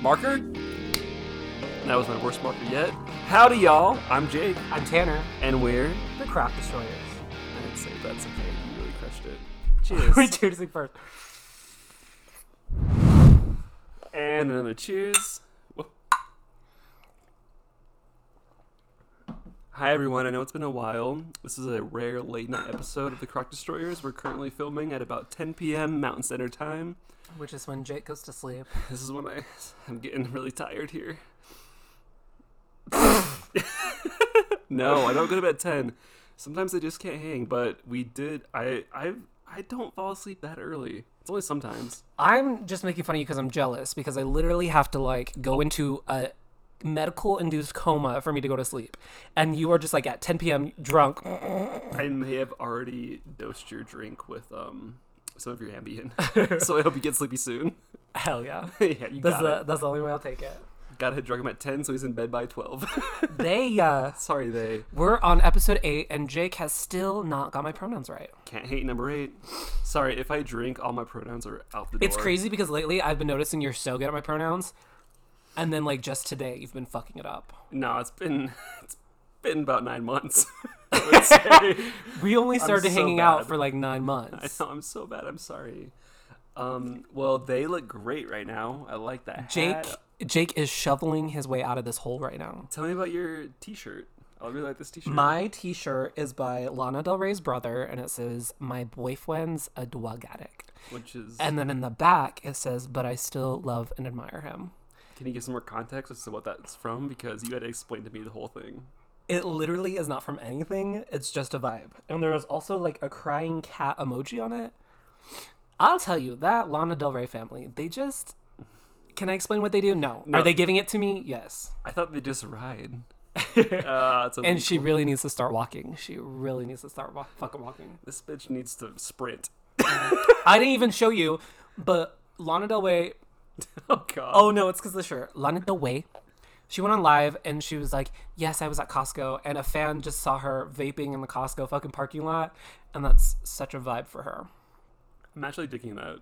marker. That was my worst marker yet. Howdy, y'all. I'm Jake, I'm Tanner, and we're. the Crop Destroyers. I'd say that's okay. You really crushed it. we Cheers. do this thing first. and another cheers. Whoop. Hi, everyone. I know it's been a while. This is a rare late night episode of the Croc Destroyers. We're currently filming at about 10 p.m. Mountain Standard Time. Which is when Jake goes to sleep. This is when I, I'm getting really tired here. no, I don't go to bed at ten. Sometimes I just can't hang. But we did. I I I don't fall asleep that early. It's only sometimes. I'm just making fun of you because I'm jealous because I literally have to like go into a medical induced coma for me to go to sleep. And you are just like at 10 p.m. drunk. I may have already dosed your drink with um some of your Ambien. so I hope you get sleepy soon. Hell yeah. yeah, you That's got the, that's the only way I'll take it. it. Got to drug him at ten, so he's in bed by twelve. They, uh, Sorry, they we're on episode eight and Jake has still not got my pronouns right. can't hate number eight. Sorry, if I drink, all my pronouns are out the door. It's crazy because lately I've been noticing you're so good at my pronouns. And then like just today you've been fucking it up. No, it's been it's been about nine months. I would say. We only started so hanging bad. out for like nine I months. know, I'm so bad. I'm sorry. Um, well, they look great right now. I like that. Jake hat. Jake is shoveling his way out of this hole right now. tell me about your T-shirt. I really like this T-shirt. My t-shirt is by Lana Del Rey's brother and it says my boyfriend's a drug addict. which is. And then in the back it says but I still love and admire him. can you give some more context as to what that's from? Because you had to explain to me the whole thing. It literally is not from anything. It's just a vibe. And there was also like a crying cat emoji on it. I'll tell you that Lana Del Rey family, they just can I explain what they do? No. No. Are they giving it to me? Yes. I thought they just ride. uh, it's a- And she really needs to start walking. She really needs to start wa- fucking walking. this bitch needs to sprint. I didn't even show you, but Lana Del Rey. Oh god. Oh no, it's because the shirt. Lana Del Rey. She went on live and she was like, "Yes, I was at Costco," and a fan just saw her vaping in the Costco fucking parking lot, and that's such a vibe for her. I'm actually digging that.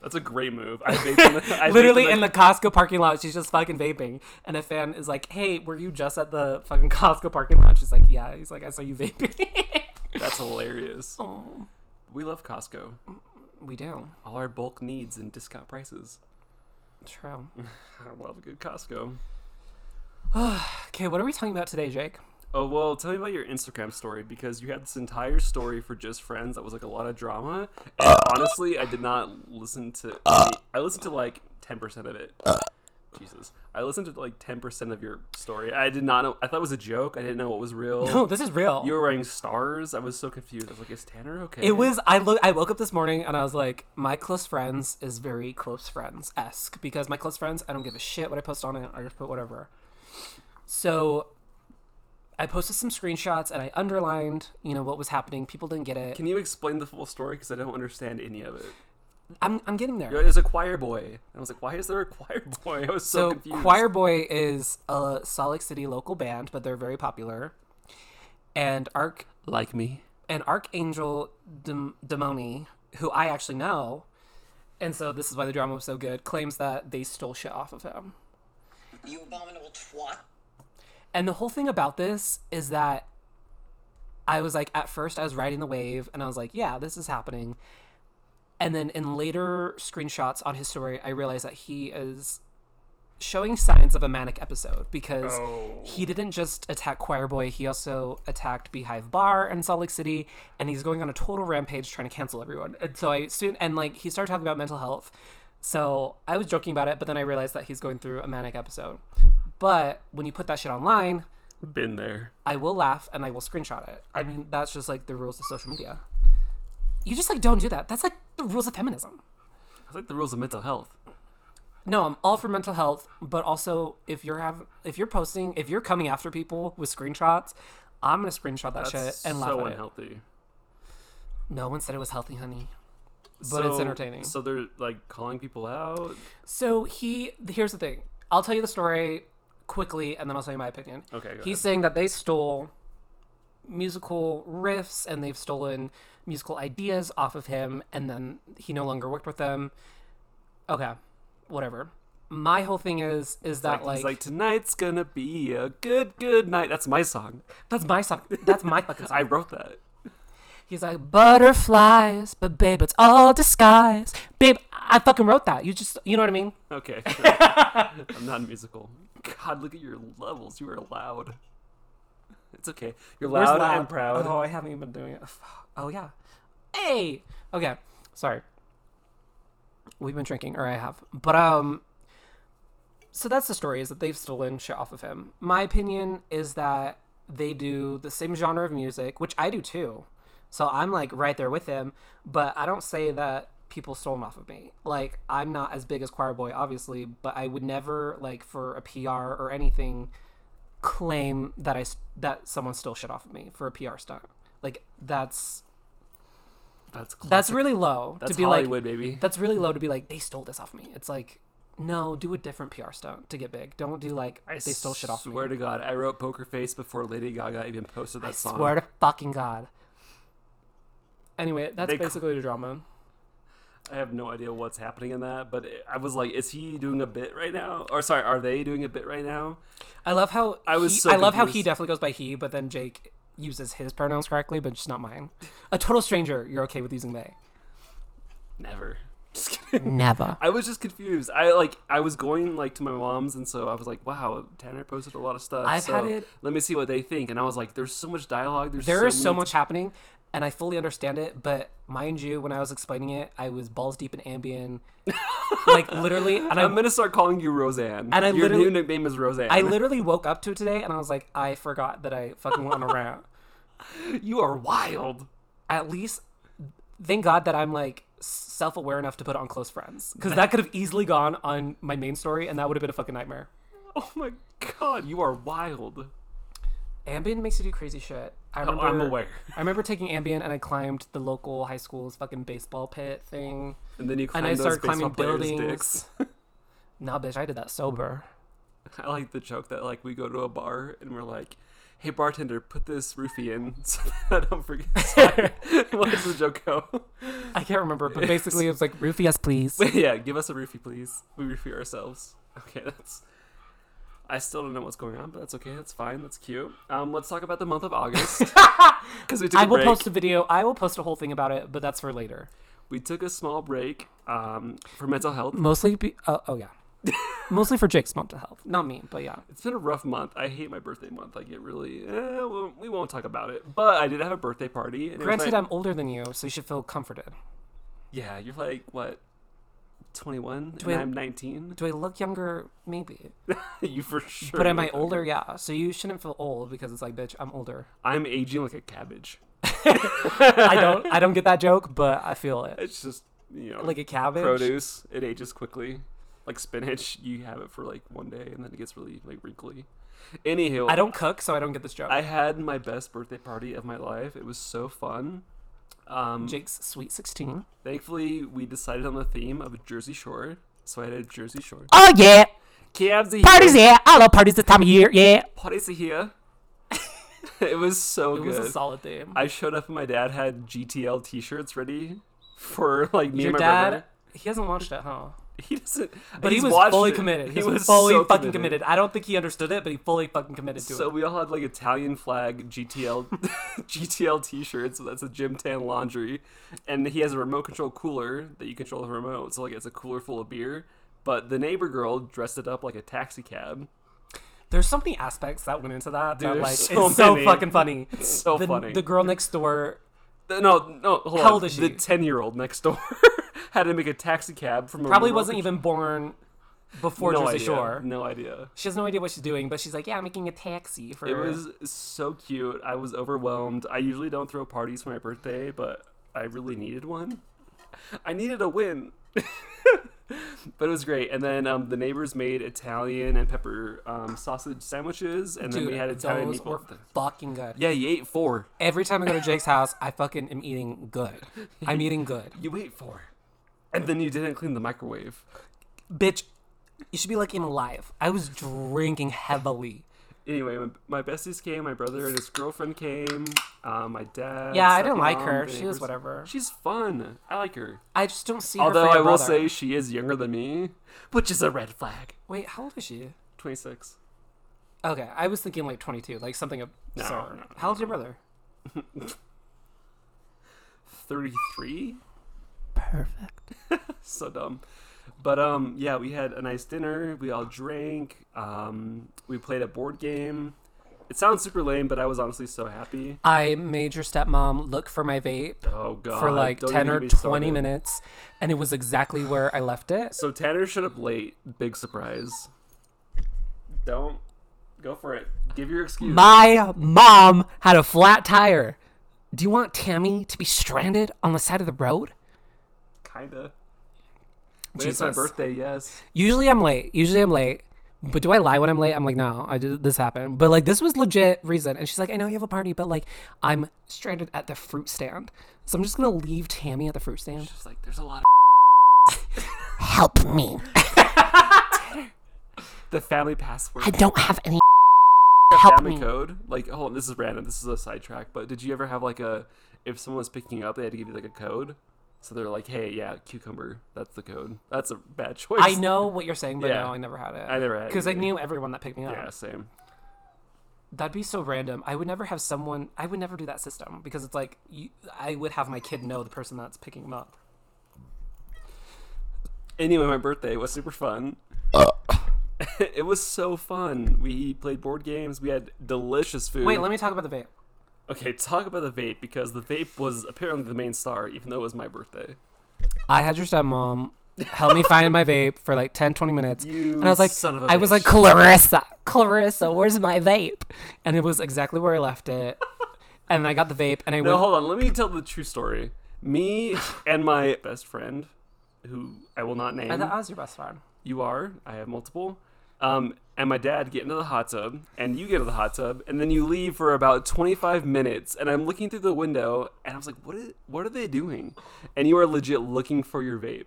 That's a great move. I, vaped in the, I vaped Literally in in the Costco parking lot, she's just fucking vaping, and a fan is like, "Hey, were you just at the fucking Costco parking lot?" She's like, "Yeah." He's like, "I saw you vaping." the- that's hilarious. Oh. We love Costco. we do. all our bulk needs and discount prices. True. I love a good Costco. Okay, what are we talking about today, Jake? Oh well, tell me about your Instagram story because you had this entire story for just friends that was like a lot of drama. And honestly, I did not listen to. any- I listened to like ten percent of it. Jesus, I listened to like ten percent of your story. I did not know. I thought it was a joke. I didn't know what was real. No, this is real. You were wearing stars. I was so confused. I was like, "Is Tanner okay?" It was I look I woke up this morning and I was like, my close friends is very close friends esque because my close friends I don't give a shit what I post on it I just put whatever. So I posted some screenshots and I underlined you know what was happening. People didn't get it. Can you explain the full story? Because I don't understand any of it. I'm I'm getting there. You're like, There's a choir boy. And I was like, "Why is there a choir boy?" I was so, So confused. Choir Boy is a Salt Lake City local band, but they're very popular. And Arc like me. and Archangel Dem- Demoni, who I actually know, and so this is why the drama was so good, claims that they stole shit off of him. You abominable twat. And the whole thing about this is that I was like, at first, I was riding the wave and I was like, yeah, this is happening. And then in later screenshots on his story, I realized that he is showing signs of a manic episode because he didn't just attack Choir Boy, he also attacked Beehive Bar in Salt Lake City, and he's going on a total rampage trying to cancel everyone. And so I soon, and like, he started talking about mental health. So I was joking about it, but then I realized that he's going through a manic episode. But when you put that shit online, Been there. I will laugh and I will screenshot it. I mean, that's just like the rules of social media. You just like don't do that. That's like the rules of feminism. It's like the rules of mental health. No, I'm all for mental health, but also if you're have if you're posting, if you're coming after people with screenshots, I'm gonna screenshot that That's shit and laugh so at it. unhealthy. No one said it was healthy, honey. But so, it's entertaining. So they're like calling people out. So he here's the thing. I'll tell you the story quickly, and then I'll tell you my opinion. Okay, go He's saying that they stole musical riffs and they've stolen musical ideas off of him, and then he no longer worked with them. Okay, whatever. my whole thing is is that like, He's like, tonight's gonna be a good, good night. That's my song. that's my song. That's my fucking song. I wrote that. He's like butterflies, but babe, it's all disguise. Babe, I fucking wrote that. You just, you know what I mean? Okay. sure. I'm not musical. God, look at your levels. You are loud. It's okay. You're Where's loud, loud? I'm proud. Oh, I haven't even been doing it. Oh yeah. Hey. Okay. Sorry. We've been drinking, or I have, but um. So that's the story: is that they've stolen shit off of him. My opinion is that they do the same genre of music, which I do too. So I'm like right there with him, but I don't say that people stole them off of me. Like I'm not as big as Choir Boy, obviously, but I would never like for a PR or anything claim that I s- that someone stole shit off of me for a PR stunt. Like that's That's classic. that's really low That's to be Hollywood, like baby. that's really low to be like they stole this off me. It's like no, do a different PR stunt to get big. Don't do like they stole shit off Swear to me. God, I wrote Poker Face before Lady Gaga even posted that song. Swear to fucking god. Anyway, that's They cl- basically the drama. I have no idea what's happening in that, but it- I was like, is he doing a bit right now? Or sorry, are they doing a bit right now? I love how I was he- so I love how he confused. definitely goes by he, but then Jake uses his pronouns correctly, but just not mine. A total stranger, you're okay with using they. Never. Just kidding. Never. I was just confused. I like I was going like to my mom's, and so I was like, "Wow, Tanner posted a lot of stuff." I've so had it- Let me see what they think. And I was like, "There's so much dialogue. There's There so is so many- much happening, and I fully understand it. But mind you, when I was explaining it, I was balls deep in Ambien, like literally, and I I'm gonna start calling you Roseanne. And I Your literally- new nickname is Roseanne. I literally woke up to it today, and I was like, I forgot that I fucking went on a rant. you are wild. At least, thank God that I'm like self aware enough to put it on close friends, because that could have easily gone on my main story, and that would have been a fucking nightmare. Oh my god, you are wild. Ambien makes you do crazy shit. I remember, Uh, I'm aware. I remember taking Ambien, and I climbed the local high school's fucking baseball pit thing. And then you climb and I those started baseball climbing players' buildings. dicks. Nah, bitch, I did that sober. I like the joke that like we go to a bar and we're like, "Hey bartender, put this roofie in so that I don't forget." Sorry. what does the joke go? I can't remember, but basically it was like roofie us, please. yeah, give us a roofie, please. We roofie ourselves. Okay, that's. I still don't know what's going on, but that's okay. That's fine. That's cute. Um, let's talk about the month of August because we took a I will break. post a video. I will post a whole thing about it, but that's for later. We took a small break um, for mental health. Mostly, be, uh, oh yeah, mostly for Jake's mental health, not me, but yeah. It's been a rough month. I hate my birthday month. I get really. Eh, well, we won't talk about it. But I did have a birthday party. and it was Granted, my- I'm older than you, so you should feel comforted. Yeah, you're like what, 21, I- and I'm 19. Do I look younger? Maybe, you for sure. but am I look younger. older? Yeah. So you shouldn't feel old because it's like, bitch, I'm older. I'm aging like a cabbage. I don't, I don't get that joke, but I feel it. It's just you know, Like a cabbage. produce. It ages quickly. Like spinach, you have it for like one day, and then it gets really like wrinkly. Anywho, I don't cook, so I don't get this joke. I had my best birthday party of my life. It was so fun. Um, Jake's sweet sixteen. Thankfully, we decided on the theme of Jersey Shore, so I had a Jersey Shore. Oh yeah, Cabs are here. yeah. I love parties this time of year. Yeah, Parties are here. E it was so it good. was a solid theme. I showed up and my dad had GTL T-shirts ready for like me Your and my dad, brother. he hasn't watched it, huh? He doesn't, But he he's was watched fully it. committed. He was fully so fucking committed. I don't think he understood it, but he fully fucking committed to So it. we all had like Italian flag GTL GTL T-shirts. So that's a gym tan laundry, and he has a remote control cooler that you control the remote. So like it's a cooler full of beer. But the neighbor girl dressed it up like a taxi cab. There's so many aspects that went into that that there's like so it's so many. fucking funny. So the, funny. The girl next door. The- no, no, hold How on. old is she? The ten-year-old next door had to make a taxi cab from a Probably remote wasn't even born before control- no Jersey idea. Shore. No idea. She has no idea what she's doing, but she's like, "Yeah, I'm making a taxi for." It was so cute. I was overwhelmed. I usually don't throw parties for my birthday, but I really needed one. I needed a win. but it was great. And then um, the neighbors made Italian and pepper um, sausage sandwiches, and then Dude, we had Italian those were meatball. fucking good. Yeah, you ate four. Every time I go to Jake's house, I fucking am eating good. I'm eating good, You ate four. And then you didn't clean the microwave. bitch. You should be like him alive. I was drinking heavily. Anyway, my, my besties came. My brother and his girlfriend came. Uh, my dad. Yeah, I stepmom, didn't like her. the She neighbors. was whatever. She's fun. I like her. I just don't see her. Although for I your will brother. say she is younger than me, which is a red flag. wait, how old is she? Twenty six. Okay, I was thinking like 22, like something absurd. no, How old's your brother? 33 Perfect. so dumb but um yeah we had a nice dinner we all drank um we played a board game it sounds super lame but i was honestly so happy I made your stepmom look for my vape oh god for like don't 10 even or get me 20 started. minutes, and it was exactly where I left it. so tanner showed up late big surprise don't go for it give your excuse My mom had a flat tire. Do you want Tammy to be stranded on the side of the road? kinda Wait, it's my Jesus. birthday yes Usually I'm late. Usually I'm late. But do I lie when I'm late? I'm like, no, I did, this happened. But like, this was legit reason. And she's like, I know you have a party, but like, I'm stranded at the fruit stand. So I'm just gonna leave Tammy at the fruit stand. just like there's a lot of Help me. the family password I don't have any. family code like hold on this is random this is a sidetrack but did you ever have like a if someone was picking up they had to give you like a code so they're like hey yeah cucumber that's the code that's a bad choice I know what you're saying, but Yeah. no, I never had it. I never had it Because I either. knew everyone that picked me up. yeah same That'd be so random. I would never have someone. I would never do that system because it's like you, I would have my kid know the person that's picking them up. anyway my birthday was super fun it was so fun we played board games we had delicious food Wait, let me talk about the vape. okay talk about the vape because the vape was apparently the main star even though it was my birthday I had your stepmom help me find my vape for like 10, 20 minutes. You and I was like, son of a I was like, bitch. Clarissa, Clarissa, where's my vape? And it was exactly where I left it. and I got the vape and I No, went, hold on. Let me tell the true story. Me and my best friend, who I will not name, I thought I was your best friend. you are. I have multiple. Um, and my dad get into the hot tub, and you get into the hot tub, and then you leave for about 25 minutes. And I'm looking through the window, and I was like, "What? Is, what are they doing?" And you are legit looking for your vape. it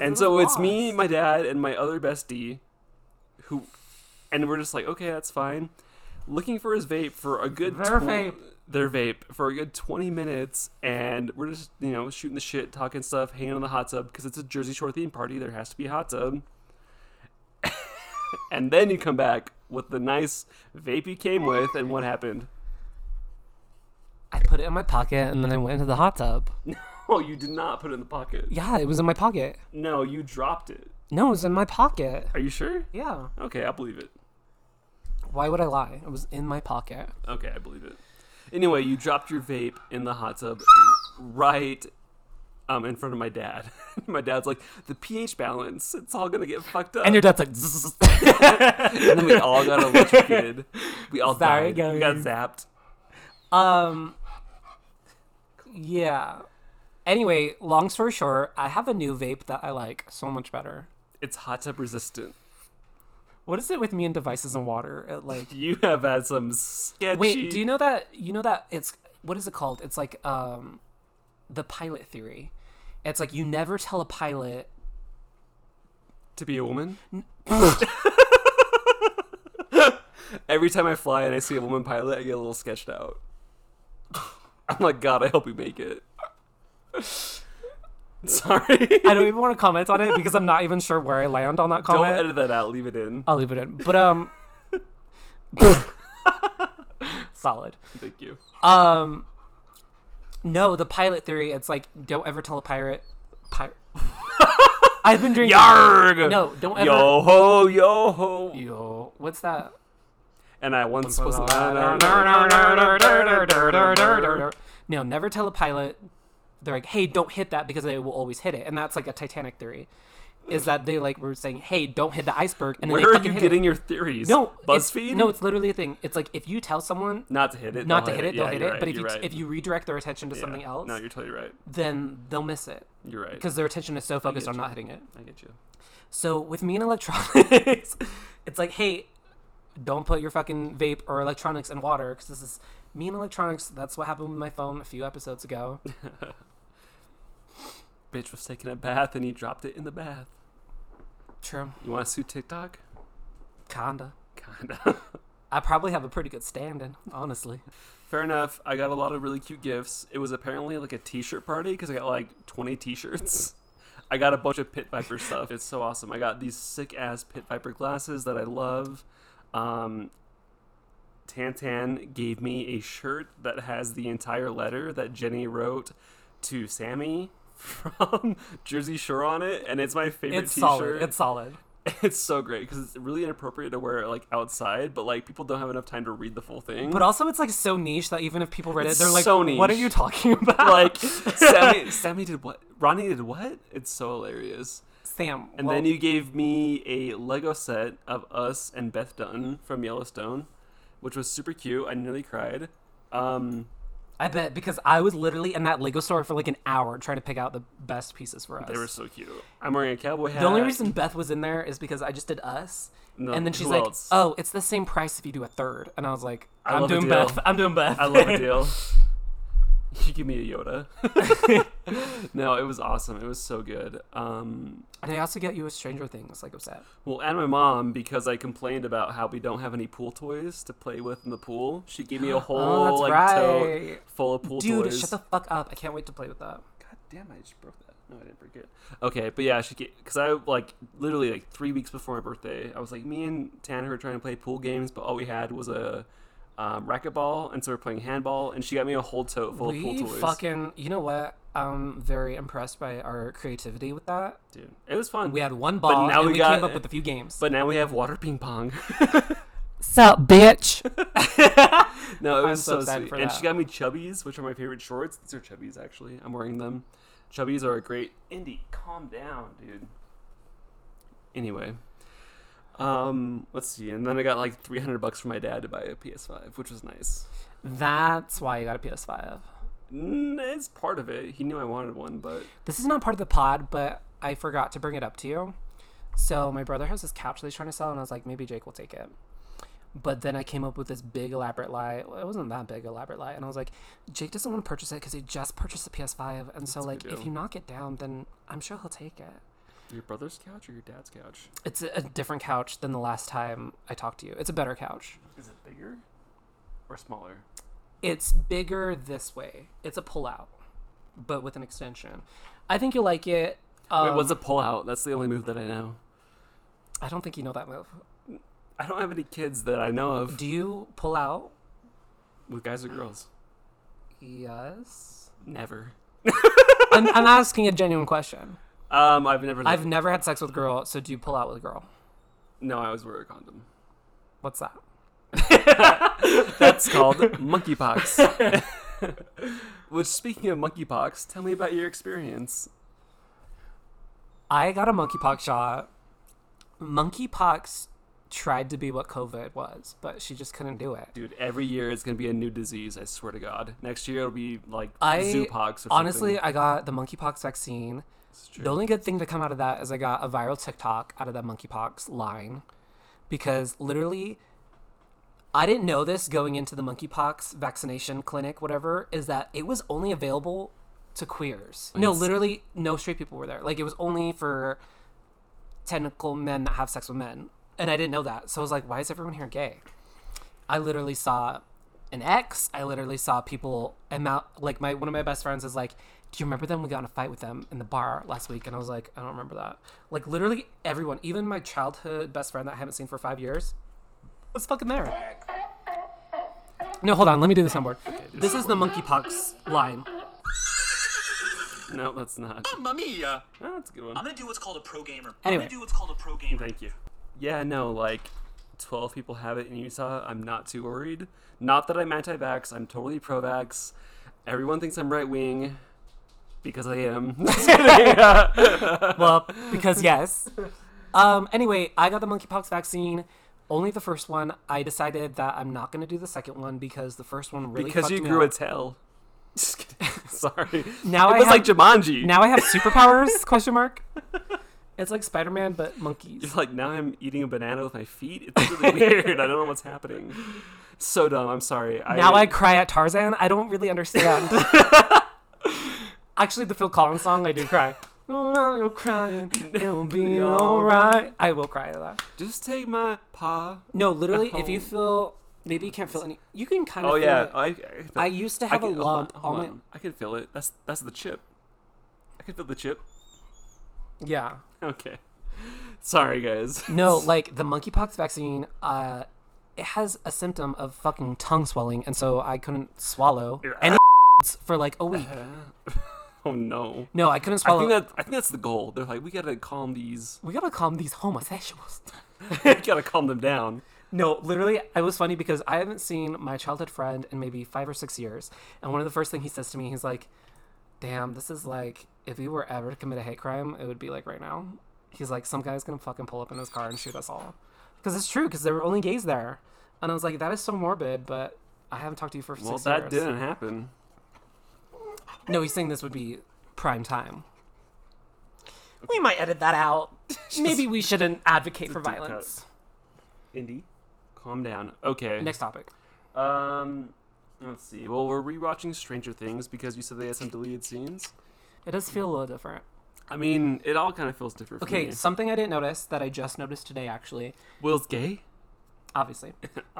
And was so it's me, my dad, and my other bestie, who, and we're just like, "Okay, that's fine." Looking for his vape for a good Their twen- vape. their vape for a good 20 minutes, and we're just you know shooting the shit, talking stuff, hanging on the hot tub because it's a Jersey Shore theme party. There has to be a hot tub and then you come back with the nice vape you came with, and what happened? I put it in my pocket and then I went into the hot tub. Oh, you did not put it in the pocket. Yeah, it was in my pocket. No, you dropped it. No, it was in my pocket. Are you sure? Yeah. Okay, I believe it. Why would I lie? It was in my pocket. Okay, I believe it. Anyway, you dropped your vape in the hot tub right um, in front of my dad. my dad's like, the pH balance, it's all gonna get fucked up. And your dad's like, And then we all got electrocuted. We all Sorry, died. We got guys. zapped. Um. Yeah. Anyway, long story short, I have a new vape that I like so much better. It's hot tub resistant. What is it with me and devices and water? It, like, You have had some sketchy. wait, do you know that? You know that it's what is it called? It's like um, the pilot theory. It's like you never tell a pilot. to be a woman? Every time I fly and I see a woman pilot, I get a little sketched out. I'm like, God, I hope we make it. Sorry. I don't even want to comment on it because I'm not even sure where I land on that Don't comment. edit that out. Leave it in. I'll leave it in. But um, solid. Thank you. Um, no, the pilot theory. It's like don't ever tell a pirate. Pirate. I've been drinking. Yarg! No, don't ever. Yo ho, yo ho. Yo, what's that? And I once was. No, never tell a pilot. They're like, hey, don't hit that because they will always hit it, and that's like a Titanic theory. Is that they like were saying, hey, don't hit the iceberg, and then Where they are fucking you hit getting It. your theories? No, it's- BuzzFeed? No, it's literally a thing. It's like if you tell someone not to hit it. not they'll to hit it, Yeah, they'll hit you're it. right, but if you you're right. if you redirect their attention to Yeah. something else, No, you're totally right. then they'll miss it You're right. because their attention is so focused get on you. not hitting it. I get you. So with me and electronics, it's like, hey, don't put your fucking vape or electronics in water because this is me and electronics. That's what happened with my phone a few episodes ago. Bitch was taking a bath and he dropped it in the bath. True, You want to sue TikTok? kinda. Kinda. I probably have a pretty good standing, honestly. Fair enough. I got a lot of really cute gifts. It was apparently like a t-shirt party because I got like 20 t-shirts. I got a bunch of Pit Viper stuff. It's so awesome. I got these sick ass Pit Viper glasses that I love. Um, Tantan gave me a shirt that has the entire letter that Jenny wrote to Sammy from Jersey Shore on it, and it's my favorite It's t-shirt. solid. It's solid. It's so great because it's really inappropriate to wear it like outside, but like people don't have enough time to read the full thing. But also, it's like so niche that even if people read It's it, they're like, so "What are niche. you talking about?" like Sammy, Sammy did what? Ronnie did what? It's so hilarious. Sam. And then you gave me a Lego set of us and Beth Dunn from Yellowstone, which was super cute. I nearly cried. Um, I bet because I was literally in that Lego store for like an hour trying to pick out the best pieces for us. they were so cute. I'm wearing a cowboy hat. the only reason Beth was in there is because I just did us, No, and then she's who like, else? "Oh, it's the same price if you do a third. and I was like, I "I'm love a doing deal. Beth. I'm doing Beth. I love a deal. You give me a Yoda. no, it was awesome. It was so good. Um, and I also get you a Stranger Things Lego set. well, and my mom because I complained about how we don't have any pool toys to play with in the pool. She gave me a whole Oh, that's like tote right. full of pool Dude, toys. shut the fuck up! I can't wait to play with that. God damn, I just broke that. No, I didn't break it. Okay, but yeah, I should get because I like literally like three weeks before my birthday, I was like, me and Tanner were trying to play pool games, but all we had was a um, racquetball, and so we're playing handball, and she got me a whole tote full of We pool toys. fucking, you know what? I'm very impressed by our creativity with that. Dude, it was fun. We had one ball, now and we we, got- came up with a few games. but now we have water ping pong. Sup, bitch? no, it was so so, excited sweet. for And that. she got me chubbies, which are my favorite shorts. These are chubbies actually. I'm wearing them. Chubbies are a great. Indy, calm down, dude. Anyway, um, let's see. And then I got like 300 bucks from my dad to buy a PS5, which was nice. That's why you got a PS5. Mm, it's part of it. He knew I wanted one, but This is not part of the pod, but I forgot to bring it up to you. So my brother has this couch that he's trying to sell, and I was like, maybe Jake will take it. But then I came up with this big elaborate lie. Well, it wasn't that big elaborate lie, and I was like, Jake doesn't want to purchase it because he just purchased a PS5, and so like, deal. if you knock it down, then I'm sure he'll take it. your brother's couch or your dad's couch? It's a, a different couch than the last time I talked to you. It's a better couch. Is it bigger or smaller? It's bigger this way. It's a pullout, but with an extension. I think you'll like it. Wait, Um, what's a pullout? That's the only move that I know. I don't think you know that move. I don't have any kids that I know of Do you pull out? with guys or girls. Yes. Never. I'm, I'm asking a genuine question. Um, I've never. I've never had sex with a girl, so do you pull out with a girl? No, I always wear a condom. What's that? That's called monkeypox. Which, speaking of monkeypox, tell me about your experience. I got a monkeypox shot. Monkeypox tried to be what COVID was, but she just couldn't do it. Dude, every year it's going to be a new disease, I swear to God. Next year it'll be like I zoopox or honestly, something. I got the monkeypox vaccine. Honestly, The only good thing to come out of that is I got a viral TikTok out of that monkeypox line because literally I didn't know this going into the monkeypox vaccination clinic, whatever, is that it was only available to queers. No, literally no straight people were there. Like it was only for technical men that have sex with men. And I didn't know that. So I was like, why is everyone here gay? I literally saw an ex. I literally saw people and mou- like my one of my best friends is like, "Do you remember them? We got in a fight with them in the bar last week." And I was like, "I don't remember that." Like literally everyone, even my childhood best friend that I haven't seen for five years, was fucking there. No, hold on. Let me do the soundboard. This is the monkeypox line. No, that's not. Mamma mia! Oh, that's a good I'm one. gonna do what's called a pro gamer. I'm Anyway. gonna do what's called a pro gamer. Thank you. Yeah, no, like 12 people have it in Utah. I'm not too worried. Not that I'm anti vax, I'm totally pro vax. Everyone thinks I'm right wing because I am. well, because yes. Um, anyway, I got the monkeypox vaccine. Only the first one. I decided that I'm not going to do the second one because the first one really because fucked you me grew up. a tail. Just kidding. Sorry. Now it I was have- like Jumanji. Now I have superpowers? question mark. It's like Spider Man, but monkeys. It's like now I'm eating a banana with my feet. It's really weird. I don't know what's happening. So dumb. I'm sorry. I, Now I cry at Tarzan. I don't really understand. Actually, the Phil Collins song, I do cry. Oh, now you're crying. It'll be alright. I will cry at that. just take my paw. No, literally, if you feel Maybe you can't feel any. You can kind of. Oh feel yeah, it. I I, I used to have a lump on, my. I can feel it. That's that's the chip. I can feel the chip. Yeah. Okay. Sorry guys. No, like the monkeypox vaccine, uh, it has a symptom of fucking tongue swelling, and so I couldn't swallow any for like a week. Oh no. No, I couldn't I swallow. think that I think that's the goal. They're like, we gotta calm these. we gotta calm these homosexuals. we gotta calm them down. No, literally, I was funny because I haven't seen my childhood friend in maybe five or six years, and one of the first thing he says to me, he's like, "Damn, this is like if we were ever to commit a hate crime, it would be like right now." He's like, "Some guy's gonna fucking pull up in his car and shoot us all," because it's true, because there were only gays there, and I was like, "That is so morbid," but I haven't talked to you for Well, six that years. didn't happen. No, he's saying this would be prime time. We might edit that out. Maybe we shouldn't advocate for deep cut. violence. Indy, calm down. Okay. Next topic. Um, let's see. Well, we're rewatching Stranger Things because you said they had some deleted scenes. It does feel a little different. I mean, it all kind of feels different. for Okay, me. something I didn't notice that I just noticed today, actually, Will's gay. obviously,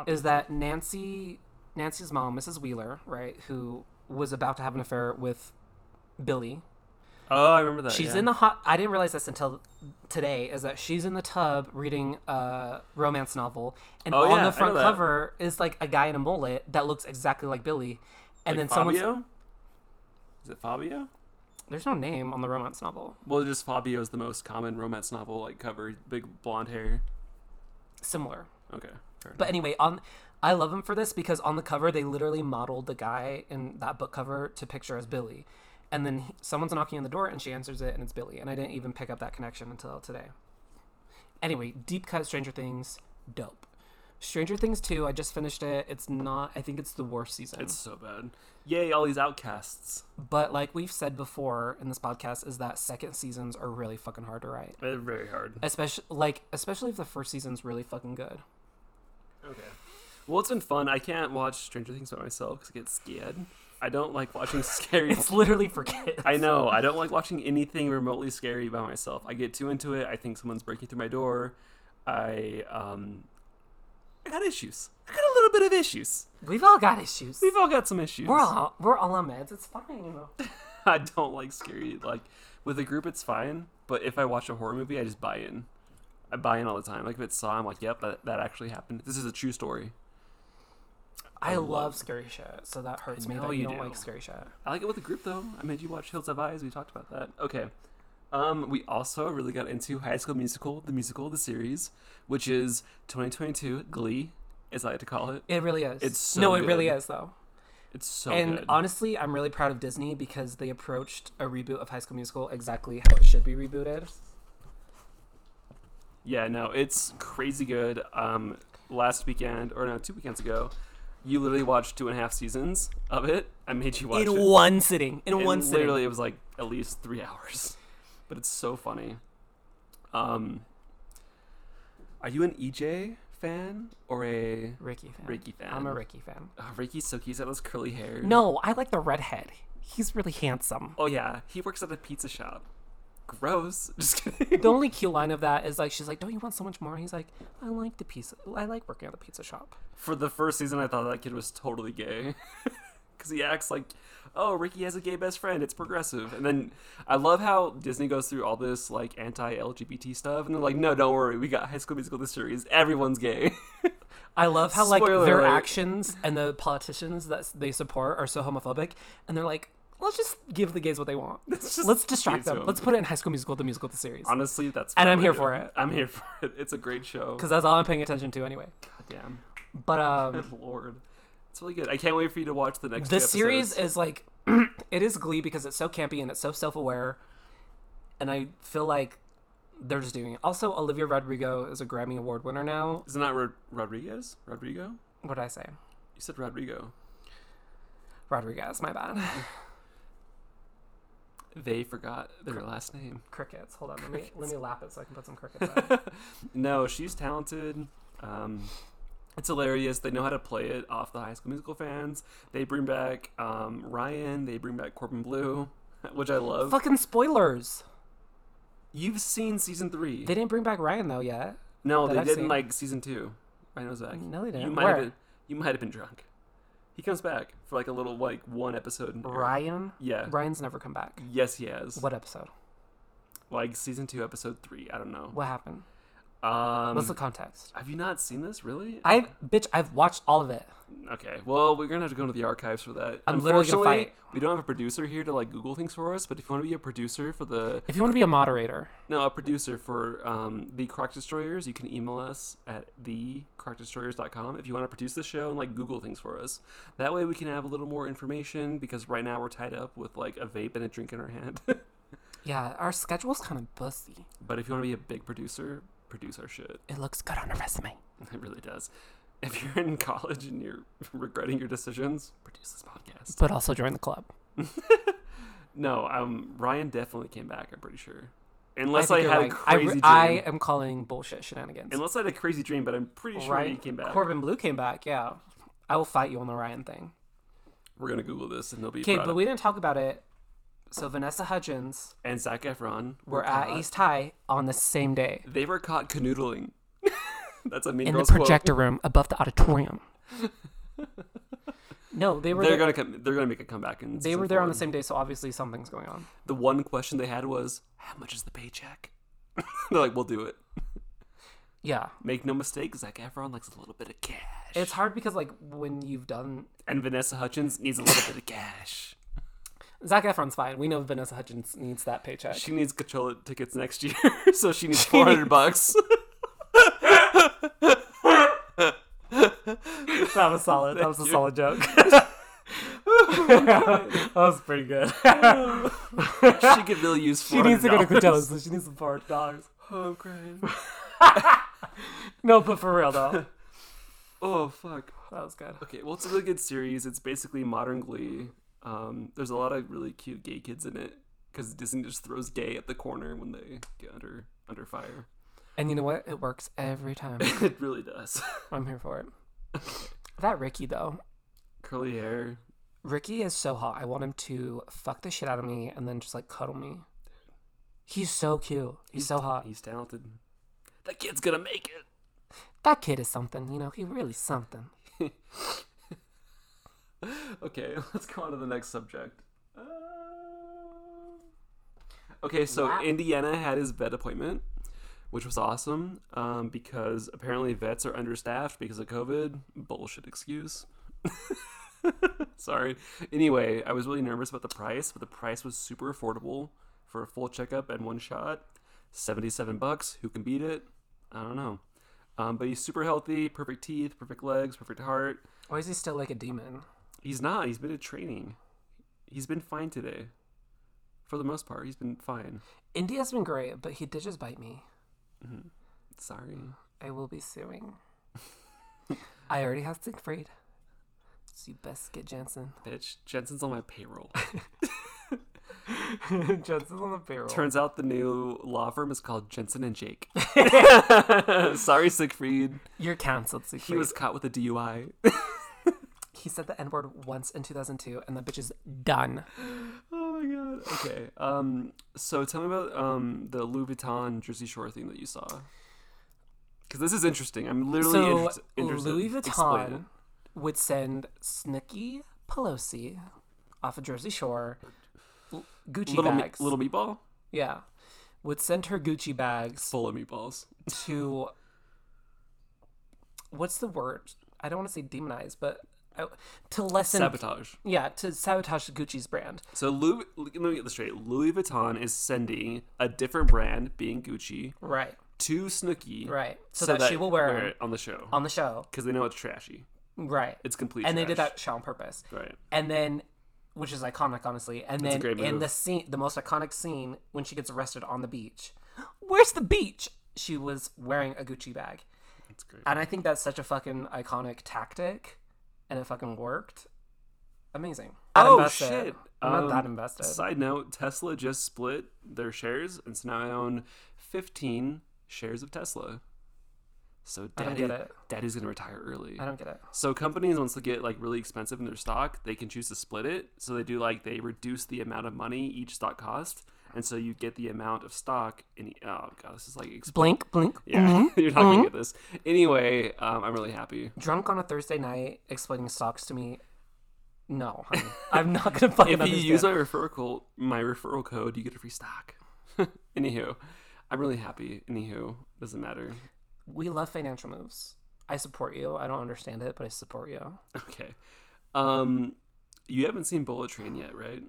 is that Nancy, Nancy's mom, Mrs. Wheeler, right, who was about to have an affair with Billy. Oh, I remember that. She's yeah. in the hot. I didn't realize this until today. Is that she's in the tub reading a romance novel, and Oh, on yeah, I the front know that. cover is like a guy in a mullet that looks exactly like Billy, and then someone. Fabio. Is it Fabio? There's no name on the romance novel. Well, just Fabio is the most common romance novel like cover. Big blonde hair. Similar. Okay. fair enough. But anyway, on I love him for this because on the cover they literally modeled the guy in that book cover to picture as Billy, and then he, someone's knocking on the door and she answers it and it's Billy, and I didn't even pick up that connection until today. Anyway, deep cut Stranger Things, dope. Stranger Things two, I just finished it. It's not. I think it's the worst season. It's so bad. Yay! All these outcasts. but like we've said before in this podcast, is that second seasons are really fucking hard to write. They're very hard. Especially like especially if the first season's really fucking good. Okay. Well, it's been fun. I can't watch Stranger Things by myself because I get scared. I don't like watching scary. It's literally for kids. I know. I don't like watching anything remotely scary by myself. I get too into it. I think someone's breaking through my door. I um, I got issues. I got a little bit of issues. We've all got issues. We've all got some issues. We're all we're all on meds. It's fine. I don't like scary. Like with a group, it's fine. But if I watch a horror movie, I just buy in. I buy in all the time. Like if it's Saw, I'm like, yep, that, that actually happened. This is a true story. I, love, love- scary shit, so that hurts I me know that you, you don't do. like scary shit. I like it with a group though. I made you watch Hills Have Eyes. We talked about that. Okay. Um, we also really got into High School Musical, the musical, the series, which is 2022 Glee, as I like to call it. It really is. It's so no, it really good. is though. It's so and good. honestly, I'm really proud of Disney because they approached a reboot of High School Musical exactly how it should be rebooted. yeah, no, it's crazy good. Um, last weekend or no, two weekends ago, you literally watched two and a half seasons of it. I made you watch In it. one sitting. In And one sitting. literally, it was like at least three hours, but it's so funny. Um, are you an EJ fan or a Ricky fan. Ricky fan. I'm a Ricky fan. Oh, Ricky Soki's got those curly hair. No, I like the redhead. He's really handsome. Oh yeah, he works at a pizza shop. Gross. Just kidding. The only cute line of that is like she's like, "Don't you want so much more?" And he's like, "I like the pizza. I like working at the pizza shop." For the first season, I thought that kid was totally gay, because he acts like, oh, Ricky has a gay best friend. It's progressive. And then I love how Disney goes through all this like anti-LGBT stuff, and they're like, no, don't worry, we got High School Musical the series. Everyone's gay. I love how like Spoiler their alert. actions and the politicians that s- they support are so homophobic, and they're like, let's just give the gays what they want. Let's, just distract give them. to 'em. Let's put it in High School Musical, the musical, the series, because Honestly, that's And what I'm I here do. for it. I'm here for it. It's a great show. that's all I'm paying attention to anyway. Damn, But um, Lord, it's really good. I can't wait for you to watch the next. the two series episodes. is like, it is Glee because it's so campy and it's so self-aware, and I feel like they're just doing it. Also, Olivia Rodrigo is a Grammy Award winner now. Isn't that Rod- Rodriguez? Rodrigo? What did I say? You said Rodrigo. Rodriguez, my bad. They forgot their last name. Crickets. Hold on, let me let me lap it so I can put some crickets. out. No, she's talented. Um, it's hilarious. They know how to play it off the High School Musical fans. They bring back um, Ryan. They bring back Corbin Blue, which I love. Fucking spoilers. You've seen season three. They didn't bring back Ryan though yet. no, that they I've didn't seen. like season two. Rhino's back. No, they You didn't. might have Where? been- You might have been drunk. He comes back for like a little like one episode. in there. Ryan? Mm. Yeah. Ryan's never come back. Yes, he has. What episode? Like season two, episode three. I don't know. What happened? Um, What's the context? have you not seen this really? I bitch, I've watched all of it. Okay. Well, we're gonna have to go into the archives for that. I'm literally gonna Unfortunately, fight. We don't have a producer here to like Google things for us. But if you want to be a producer for the If you want to be a moderator, no, a producer for um, the Croc Destroyers, you can email us at thecrocdestroyers.com if you want to produce the show and like Google things for us. That way we can have a little more information because right now we're tied up with like a vape and a drink in our hand. yeah, our schedule's kind of busy. but if you want to be a big producer, produce our shit. It looks good on a resume. It really does. If you're in college and you're regretting your decisions, produce this podcast. But also join the club. No, um, Ryan definitely came back. I'm pretty sure, unless I, think you're had a right. I re- crazy dream. I, am calling bullshit shenanigans. Unless I had a crazy dream, but I'm pretty sure he came back. Corbin Blue came back. Yeah, I will fight you on the Ryan thing. We're gonna Google this and they'll be. Okay, brought but up. we didn't talk about it. So Vanessa Hudgens and Zach Efron were at caught- East High on the same day They were caught canoodling. That's a mean in the girls quote. projector room above the auditorium. no, they were. They're there, gonna come. They're gonna make a comeback. And they were there on the same day, so obviously something's going on. The one question they had was, "How much is the paycheck?" they're like, "We'll do it." Yeah, Make no mistake, Zach Efron likes a little bit of cash, it's hard because like when you've done and Vanessa Hutchins needs a little bit of cash. Zach Efron's fine. We know Vanessa Hudgens needs that paycheck. She needs Coachella tickets next year, so she needs four hundred bucks. that was solid. That was a solid joke. that was pretty good. she could really use. she needs to go to $400. Coachella, so she needs some four hundred dollars. Oh, I'm crying. No, but for real though, Oh fuck. that was good. Okay, well, it's a really good series. It's basically modern Glee. Um, there's a lot of really cute gay kids in it because Disney just throws gay at the corner when they get under under fire. And you know what? It works every time. it really does. I'm here for it. That Ricky though, Curly hair. Ricky is so hot. I want him to fuck the shit out of me and then just like cuddle me. He's so cute. He's so hot. He's talented. That kid's gonna make it. That kid is something. You know, he really something. Okay, let's go on to the next subject. Uh... Okay, so Indiana had his vet appointment, which was awesome um, because apparently vets are understaffed because of COVID. Bullshit excuse. Sorry. Anyway, I was really nervous about the price, but the price was super affordable for a full checkup and one shot. 77 bucks. Who can beat it? I don't know. Um, but he's super healthy, perfect teeth, perfect legs, perfect heart. Or is he still like a demon? He's not. He's been in training. He's been fine today. For the most part, he's been fine. India's been great, but he did just bite me. Sorry. I will be suing. I already have Siegfried. So you best get Jensen. Bitch, Jensen's on my payroll. Jensen's on the payroll. Turns out the new law firm is called Jensen and Jake. Sorry, Siegfried. You're canceled, He Siegfried. He, was caught with a DUI. said the N word once in 2002, and that bitch is done. oh my god. Okay. Um. So tell me about um the Louis Vuitton Jersey Shore thing that you saw. Because this is interesting. I'm literally so inter- interested. Louis Explain it. Vuitton would send Snooki Pelosi off of Jersey Shore l- Gucci Little, me- bags. little meatball. Yeah. Would send her Gucci bags Full of meatballs. to what's the word? I don't want to say demonize, but I, to lessen Sabotage. yeah to sabotage Gucci's brand. So Louis, let me get this straight. Louis Vuitton is sending a different brand, being Gucci, Right, to Snooki, right. So, that, she will wear, it it on the show on the show. because they know it's trashy. Right, It's complete. and they did trash. that show on purpose. Right. And then, which is iconic, honestly. And then great in move. the scene, the most iconic scene when she gets arrested on the beach. Where's the beach? She was wearing a Gucci bag. That's great. And I think that's such a fucking iconic tactic, and it fucking worked. Amazing. Not Oh, invested. shit. I'm not that Um, invested. Side note: Tesla just split their shares, and so now I own 15 shares of Tesla. So don't daddy, get it. daddy's gonna retire early. I don't get it. So companies, once they get like really expensive in their stock, they can choose to split it. So they do like they reduce the amount of money each stock cost, and so you get the amount of stock. And oh god, this is like expl- Blink, blink. yeah, you're not gonna get this anyway. Um, I'm really happy. Drunk on a Thursday night, explaining stocks to me. No, honey. I'm not gonna fucking. If you understand. use my referral co- my referral code, you get a free stock. Anywho, I'm really happy. Anywho, doesn't matter. we love financial moves. I support you. I don't understand it, but I support you. Okay. Um, you haven't seen Bullet Train yet, right?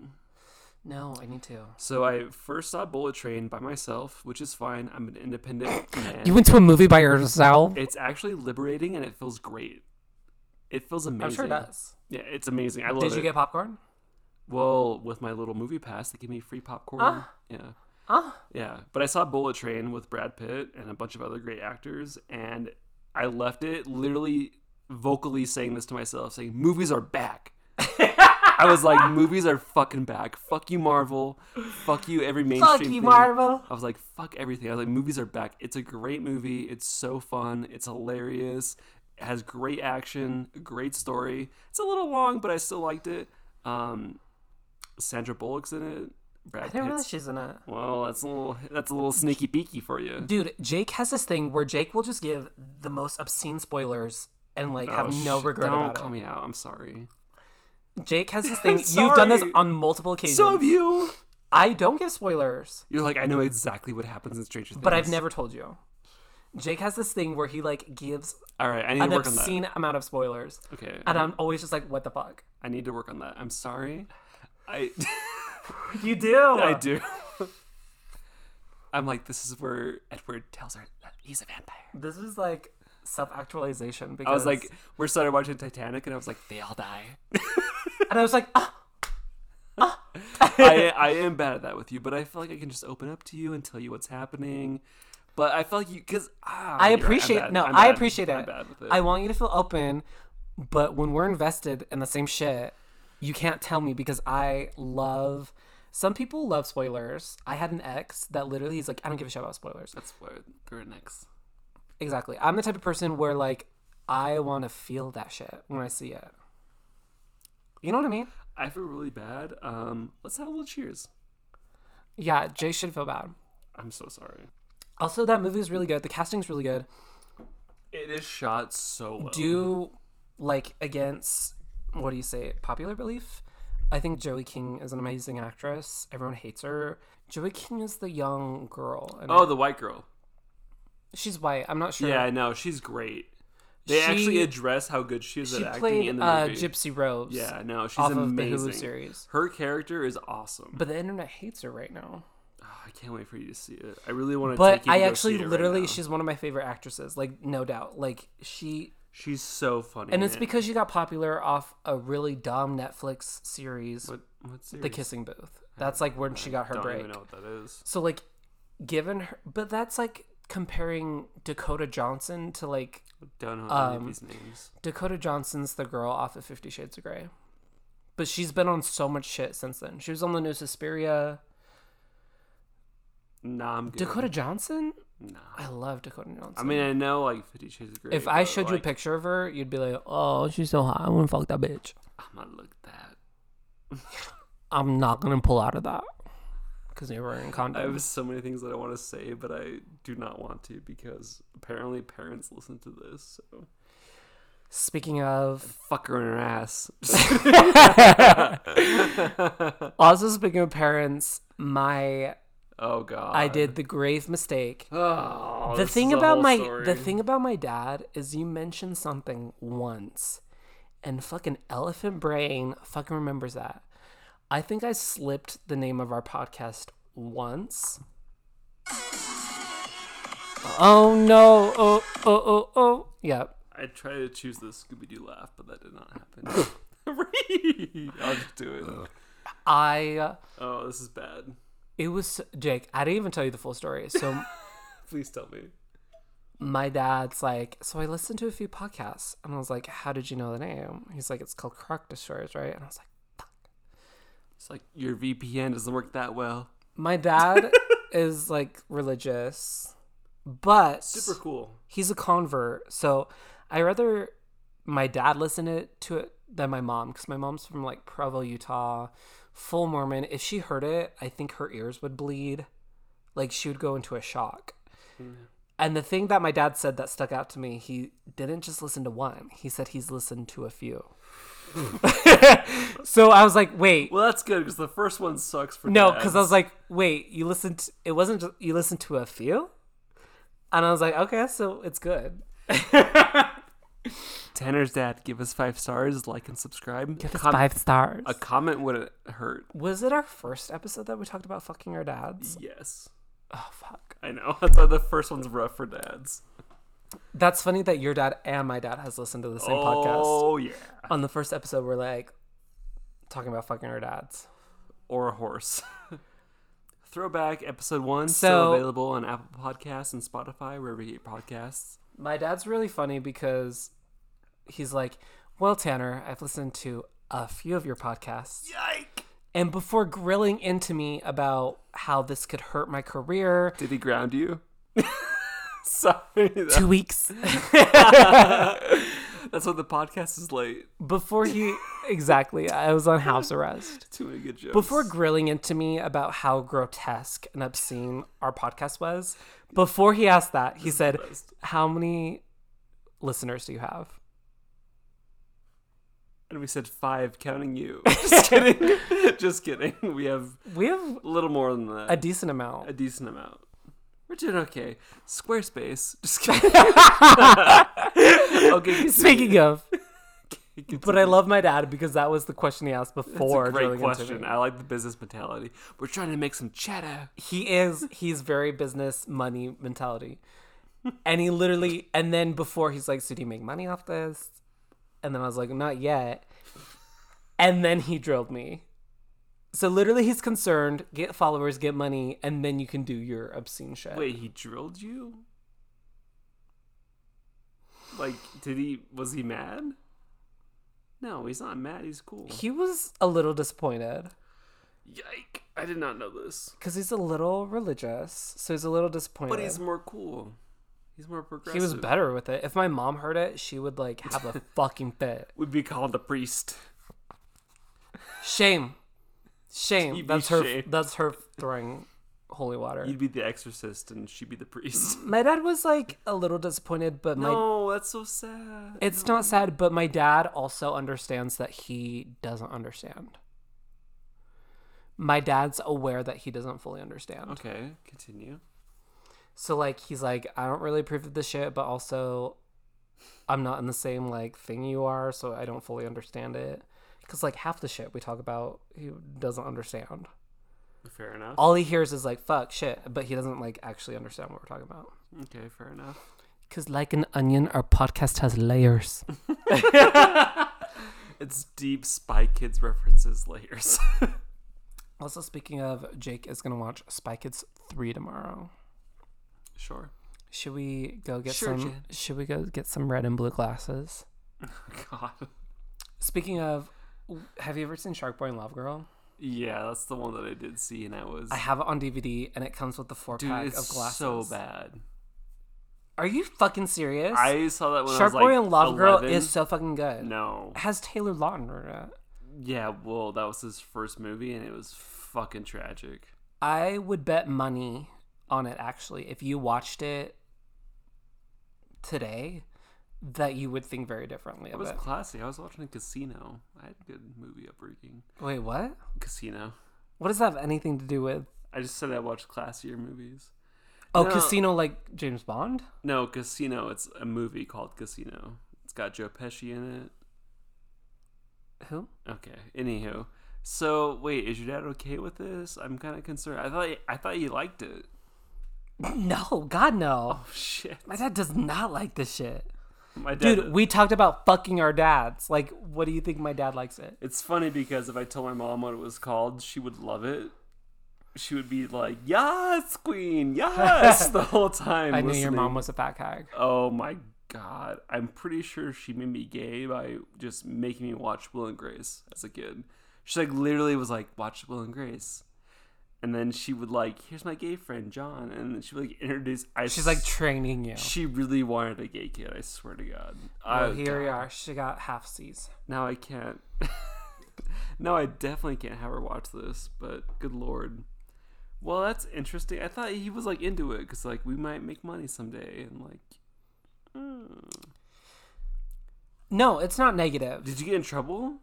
No, I need to. So I first saw Bullet Train by myself, which is fine. I'm an independent man. You went to a movie by yourself. it's actually liberating and it feels great. It feels amazing. I'm sure it does. Yeah, it's amazing. I love Did you it. get popcorn? well, with my little movie pass, they give me free popcorn. Ah. Yeah. Huh? Yeah, but I saw Bullet Train with Brad Pitt and a bunch of other great actors, and I left it literally vocally saying this to myself, saying, "Movies are back." I was like, "Movies are fucking back. Fuck you, Marvel. Fuck you, every mainstream." Fuck you, thing." Marvel. I was like, "Fuck everything." I was like, "Movies are back. It's a great movie. It's so fun. It's hilarious. It has great action, great story. It's a little long, but I still liked it." Um, Sandra Bullock's in it. Brad I didn't Pitt's realize she's in it. well, that's a little that's a little sneaky peeky for you. Dude, Jake has this thing where Jake will just give the most obscene spoilers and like have Oh, no sh- regret Don't about call it. me out. I'm sorry. Jake has this thing. I'm You've done this sorry. on multiple occasions. So have you. I don't give spoilers, You're like I know exactly what happens in Stranger Things. but I've never told you. Jake has this thing where he like gives All right, I need an to work on that. obscene amount of spoilers, Okay, and I'm always just like, "What the fuck?" I need to work on that. I'm sorry. I You do. I do. I'm like this is where Edward tells her that he's a vampire. This is like self-actualization because I was like, we started watching Titanic, and I was like, they all die. and I was like, ah, I, I am bad at that with you, but I feel like I can just open up to you and tell you what's happening. But I feel like you because ah, I you're right, I'm appreciate bad. no, I'm I bad. appreciate it. I'm bad with it. I want you to feel open, but when we're invested in the same shit, you can't tell me because I love. Some people love spoilers. I had an ex that literally is like, I don't give a shit about spoilers. That's where we're next. Exactly. I'm the type of person where like I want to feel that shit when I see it. You know what I mean? I feel really bad. Um, let's have a little cheers. Yeah, Jay should feel bad. I'm so sorry. Also, that movie is really good. The casting's really good. It is shot so well. do like against what do you say popular belief i think joey king is an amazing actress everyone hates her joey king is the young girl and oh, the white girl. she's white i'm not sure Yeah, I know. She's great. They She- actually address how good she is she at acting in played the uh, movie. gypsy rose yeah, no, she's off amazing. of the hulu series Her character is awesome. but the internet hates her right now Ah, I can't wait for you to see it. I really want to. but take you i to go actually see it right literally now. she's one of my favorite actresses like no doubt like she she's so funny. and in it's it. because she got popular off a really dumb netflix series what, what series? the kissing booth that's like when she got her Don't break even know what that is. So like, given her, but that's like comparing Dakota Johnson to like Don't know Um, any of these names. Dakota Johnson's the girl off of Fifty Shades of Grey, but she's been on so much shit since then. She was on the new Suspiria. Nah, I'm good. Dakota Johnson, Nah. I love Dakota Johnson. I mean, I know like Fifty Shades of Grey. if I but, showed you a like, picture of her, you'd be like, "Oh, she's so hot. I want to fuck that bitch." I'm gonna look that. I'm not gonna pull out of that because you're wearing I have condoms. so many things that I want to say, but I do not want to because apparently parents listen to this. So Speaking of, fuck her in her ass. also speaking of parents, my oh god. I did the grave mistake Oh, the this thing is a about whole my story. the thing about my dad is you mentioned something once and fucking elephant brain fucking remembers that i think i slipped the name of our podcast once oh no oh oh oh oh yeah I tried to choose the Scooby Doo laugh, but that did not happen. I'll just do it. i uh, Oh, this is bad. it was jake i didn't even tell you the full story so Please tell me. my dad's like, so I listened to a few podcasts, and I was like, how did you know the name? He's like, it's called Croc Destroyers, right? And I was like, It's like your VPN doesn't work that well. my dad is like religious, but Super cool. he's a convert. So I rather my dad listen it, to it than my mom because my mom's from like Provo, Utah, full Mormon, if she heard it, I think her ears would bleed. Like she would go into a shock. Hmm. And the thing that my dad said that stuck out to me, he didn't just listen to one. He said he's listened to a few. so I was like, wait, Well, that's good because the first one sucks for no, dads. because I was like, wait, you listened. To, it wasn't ju- you listened to a few, and I was like, okay, so it's good. Tanner's dad, give us five stars, like and subscribe. Give us Com- five stars. A comment wouldn't hurt. Was it our first episode that we talked about fucking our dads? Yes, Oh fuck. I know. That's why the first one's rough for dads. That's funny that your dad and my dad has listened to the same podcast. oh yeah, On the first episode, we're like talking about fucking our dads. or a horse. Throwback episode one So- still available on Apple Podcasts and Spotify wherever you get your podcasts. My dad's really funny because he's like, well, Tanner, I've listened to a few of your podcasts. Yike! And before grilling into me about how this could hurt my career, Did he ground you? Sorry, that- two weeks that's why the podcast is late. before he exactly, I was on house arrest. Too many good jokes. Before grilling into me about how grotesque and obscene our podcast was, before he asked that, he said, "How many listeners do you have?" and we said five, counting you. Just kidding. Just kidding. We have We have a little more than that. a decent amount. a decent amount. We're doing okay. Squarespace. Just kidding. okay. continue. Speaking of, Continue. but I love my dad because that was the question he asked That's before a great grilling question. into me. I like the business mentality. We're trying to make some cheddar. he is he's very business money mentality and he literally and then before he's like so do you make money off this and then i was like not yet and then he drilled me so literally he's concerned get followers get money and then you can do your obscene shit Wait, he drilled you? Like, did he? Was he mad? No, he's not mad. He's cool. he was a little disappointed Yike! I did not know this. because he's a little religious so he's a little disappointed But he's more cool. He's more progressive. he was better with it if my mom heard it she would like have a fucking fit We'd be called the priest. Shame. You'd Shame. be That's her shamed. that's her throwing holy water. You'd be the exorcist, and she'd be the priest. my dad was like a little disappointed, but my No, that's so sad. it's not sad, but my dad also understands that he doesn't understand. My dad's aware that he doesn't fully understand. Okay, continue. So like he's like, I don't really approve of this shit, but also I'm not in the same like thing you are, so I don't fully understand it. Cause like half the shit we talk about he doesn't understand. Fair enough. all he hears is like fuck shit but he doesn't like actually understand what we're talking about Okay, fair enough. because like an onion our podcast has layers It's deep Spy Kids references layers. also speaking of jake is gonna watch spy kids 3 tomorrow sure. should we go get Sure, some Jen. should we go get some red and blue glasses God. speaking of w- have you ever seen shark boy and love girl Yeah, that's the one that I did see, and I was i have it on dvd and it comes with the four dude, pack it's of glasses so bad. are you fucking serious I saw that when shark I was boy like and love girl 11. is so fucking good no. it has taylor lautner in it Yeah, well, that was his first movie, and it was fucking tragic. I would bet money on it actually. If you watched it today, that you would think very differently It of was it. classy. I was watching Casino. I had a good movie upbreaking. Wait, what? Casino. What does that have anything to do with? I just said I watched classier movies. Oh, No. Casino like James Bond? No, Casino. It's a movie called Casino. It's got Joe Pesci in it. Who? Okay. Anywho, so wait, is your dad okay with this? I'm kind of concerned. I thought I thought you liked it. No, God no. Oh shit, My dad does not like this shit. my dad. Dude, we talked about fucking our dads. Like, what do you think my dad likes it? it's funny because if I told my mom what it was called, she would love it. She would be like, "Yes, Queen, yes!" the whole time. I knew your listening. mom was a fat hag. Oh my god, I'm pretty sure she made me gay by just making me watch Will and Grace as a kid. She like literally was like, "Watch Will and Grace." And then she would like, here's my gay friend John, and then she would like introduce. I She's like training you. She really wanted a gay kid. I swear to God. Well, I, here we God, are. She got half C's. Now I can't. No, I definitely can't have her watch this, but good lord. Well, that's interesting. I thought he was like into it because like we might make money someday, and like, No, it's not negative. did you get in trouble?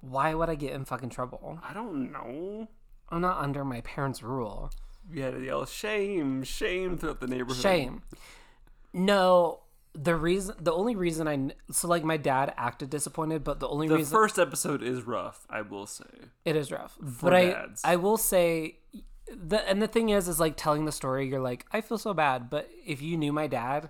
Why would I get in fucking trouble? I don't know. I'm not under my parents' rule. You had to yell shame, shame throughout the neighborhood. Shame. No, the reason, the only reason I, kn- so like my dad acted disappointed, but the only The reason first episode is rough, I will say. it is rough. But I, dads. I will say, the and the thing is, is like telling the story. You're like, I feel so bad, but if you knew my dad,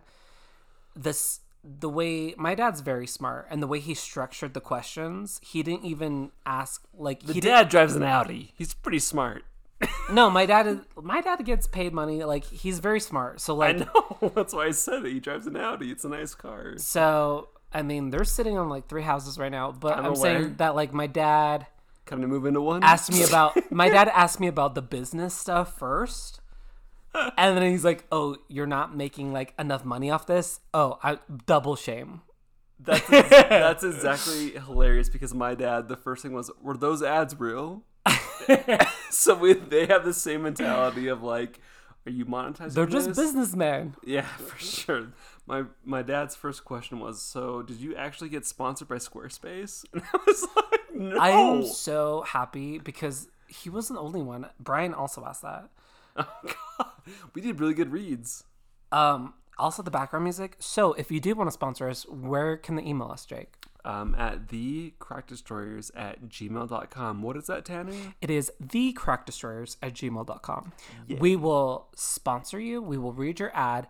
this the way my dad's very smart and the way he structured the questions he didn't even ask like he did dad drives an Audi. He's pretty smart. no my dad is my dad gets paid money like he's very smart so I like know. That's why I said it. He drives an Audi. It's a nice car. So I mean, they're sitting on like three houses right now. But I'm, aware. saying that like my dad Come to move into one. asked me about my dad asked me about the business stuff first, and then he's like, "Oh, you're not making like enough money off this. Oh, I double shame." That's ex- that's exactly hilarious because my dad, the first thing was, were those ads real? so we, they have the same mentality of like, are you monetizing? They're just this? businessmen. Yeah, for sure. My my dad's first question was, so did you actually get sponsored by Squarespace? And I was like, no. I am so happy because he wasn't the only one. Brian also asked that. we did really good reads. Um, also the background music. So if you do want to sponsor us, where can they email us, Jake? Um, at the crack destroyers at gmail.com. What is that, Tanner? It is thecrackdestroyers at gmail.com. We will sponsor you, we will read your ad,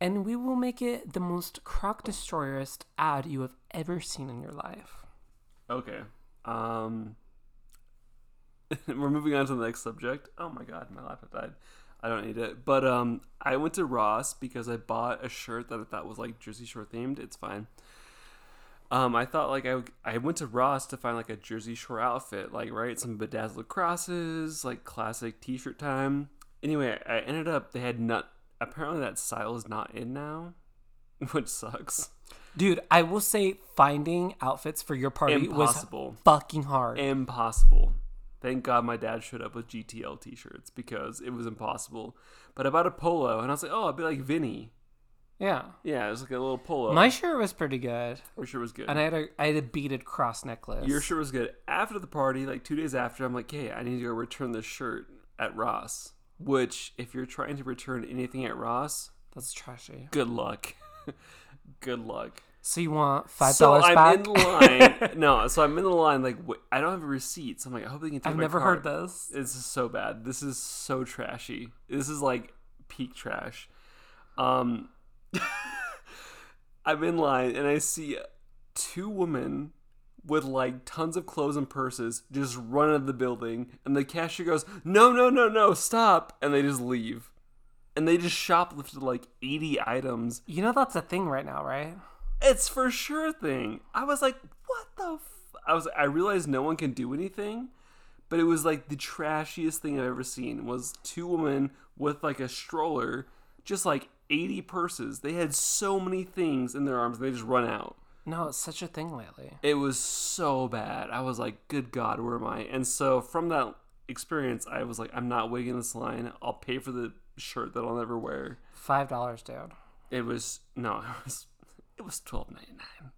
and we will make it the most crock destroyerist ad you have ever seen in your life. Okay. Um we're moving on to the next subject. Oh my god, my laptop died. I don't need it. But um I went to Ross because I bought a shirt that I thought was like Jersey Shore themed. It's fine. Um, I thought like I, would- I went to Ross to find like a Jersey Shore outfit, like right some bedazzled crosses, like classic T-shirt time. Anyway, I ended up they had not apparently that style is not in now, which sucks. Dude, I will say finding outfits for your party Impossible. was fucking hard. impossible. Thank God my dad showed up with GTL t-shirts because it was impossible. But I bought a polo and I was like, oh, I'll be like Vinny. yeah. Yeah, it was like a little polo. My shirt was pretty good. Your shirt was good. And I had a I had a beaded cross necklace. Your shirt was good. After the party, like two days after, I'm like, hey, I need to go return this shirt at Ross. Which, if you're trying to return anything at Ross, That's trashy. good luck. good luck. So you want five So dollars I'm back? in the line. no, so I'm in the line. Like wait, I don't have a receipt, so I'm like, I hope they can take I've Oh my never card. heard this. This is so bad. This is so trashy. This is like peak trash. Um, I'm in line and I see two women with like tons of clothes and purses just run out of the building, and the cashier goes, "No, no, no, no, stop!" and they just leave, and they just shoplifted like 80 items. You know that's a thing right now, right? It's for sure a thing. I was like, "What the?" F-? I was. I realized no one can do anything but it was like the trashiest thing I've ever seen was two women with like a stroller, just like 80 purses. They had so many things in their arms, they just run out. No, it's such a thing lately. It was so bad. I was like, good God, where am I? And so from that experience, I was like, I'm not waiting this line. I'll pay for the shirt that I'll never wear. Five dollars, dude. It was, no, it was, it was twelve ninety nine.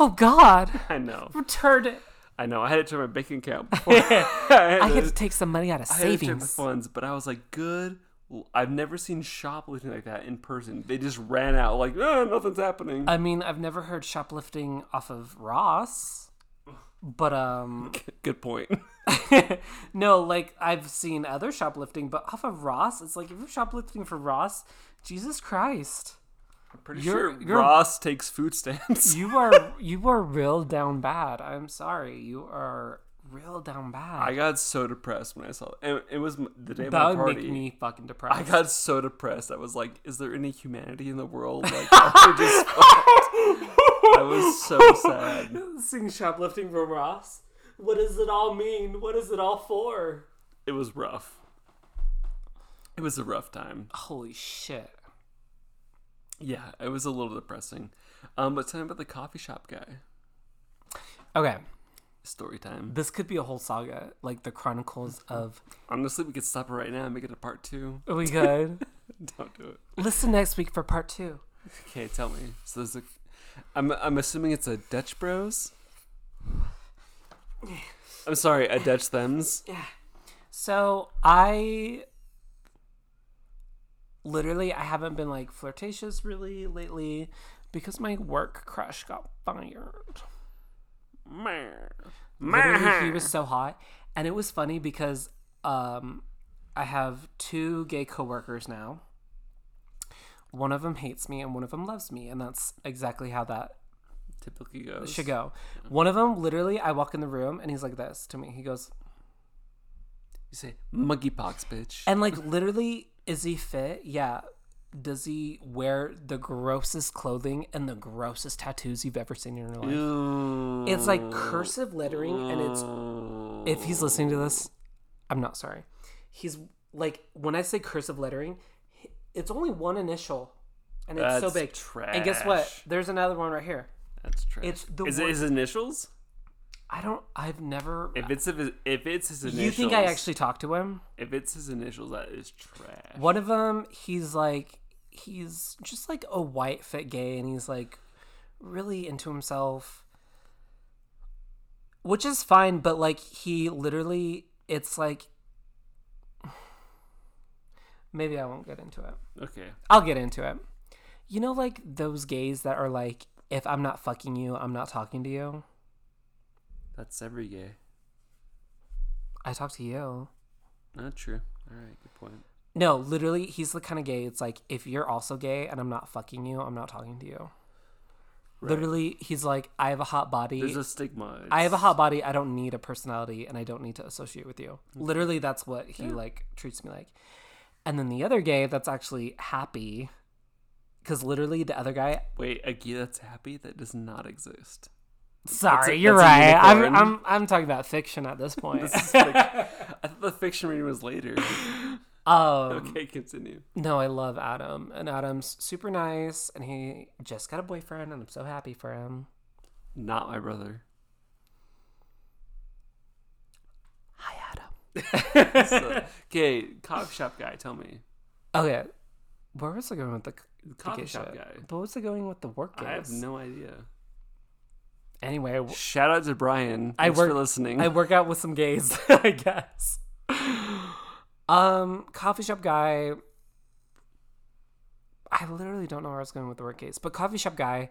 Oh God! I know. Returned it. I know. I had to turn my bank account. Before. I I had had to- to take some money out of I had to check the savings. funds, but I was like, good. l- I've never seen shoplifting like that in person. They just ran out, like, "Ah, nothing's happening. I mean, I've never heard shoplifting off of Ross, but um, Good point. no, like I've seen other shoplifting, but off of Ross, it's like if you're shoplifting for Ross, Jesus Christ, I'm pretty You're- sure you're- Ross takes food stamps. you are you are real down bad. I'm sorry, you are real down bad. I got so depressed when I saw it. And it was m- the day of that my would party. make me fucking I depressed. got so depressed. I was like, is there any humanity in the world? Like, we're just fucked. I was so sad. Seeing shoplifting for Ross, what does it all mean? What is it all for? It was rough. It was a rough time. Holy shit. Yeah, it was a little depressing. Um, but tell me about the coffee shop guy. Okay. Story time. This could be a whole saga, like the Chronicles of. Honestly, we could stop it right now and make it a part two. Are we good? Don't do it. Listen next week for part two. Okay, tell me. So there's a. I'm I'm assuming it's a Dutch Bros. I'm sorry, a Dutch Thems. So I literally I haven't been like flirtatious really lately because my work crush got fired. Literally, he was so hot, and it was funny because um, I have two gay coworkers now. One of them hates me, and one of them loves me, and that's exactly how that Typically goes. should go. One of them, literally, I walk in the room, and he's like this to me. He goes, You say monkeypox, bitch. And like literally, is he fit? Yeah. Does he wear the grossest clothing and the grossest tattoos you've ever seen in your life? It's like cursive lettering, and it's if he's listening to this, I'm not sorry. He's like when I say cursive lettering, h- it's only one initial, and it's so That's big. And guess what? trash. There's another one right here. That's trash. It's the is it wor- his initials? I don't. I've never. If it's if, if it's his initials, you think I actually talked to him? If it's his initials, that is trash. One of them, he's like, he's just like a white fit gay, and he's like really into himself, which is fine. But like, he literally, it's like, maybe I won't get into it. Okay. I'll get into it. You know, like those gays that are like, if I'm not fucking you, I'm not talking to you. That's every gay. I talk to you. Not true. All right, good point. No, literally, he's the kind of gay. It's like if you're also gay and I'm not fucking you, I'm not talking to you. Literally, he's like, I have a hot body. There's a stigma. I have a It's- hot body. I don't need a personality, and I don't need to associate with you. Mm-hmm. Literally, that's what he like treats me like. And then the other gay that's actually happy, because literally the other guy. Wait, a gay that's happy that does not exist. Sorry, a- you're that's a right. I'm, unicorn. I'm I'm talking about fiction at this point. This is fic- I thought the fiction reading was later. um, Okay, continue. No, I love Adam, and Adam's super nice, and he just got a boyfriend, and I'm so happy for him. Not my brother. Hi, Adam. So, okay, coffee shop guy, tell me. Okay, where was I going with the, the Coffee gay shop shit? guy. What was I going with the work? I have gays? no idea. Anyway, w- Shout out to Brian. I Thanks work- for listening. I work out with some gays, I guess. Um, coffee shop guy. I literally don't know where I was going with the word gays, but coffee shop guy.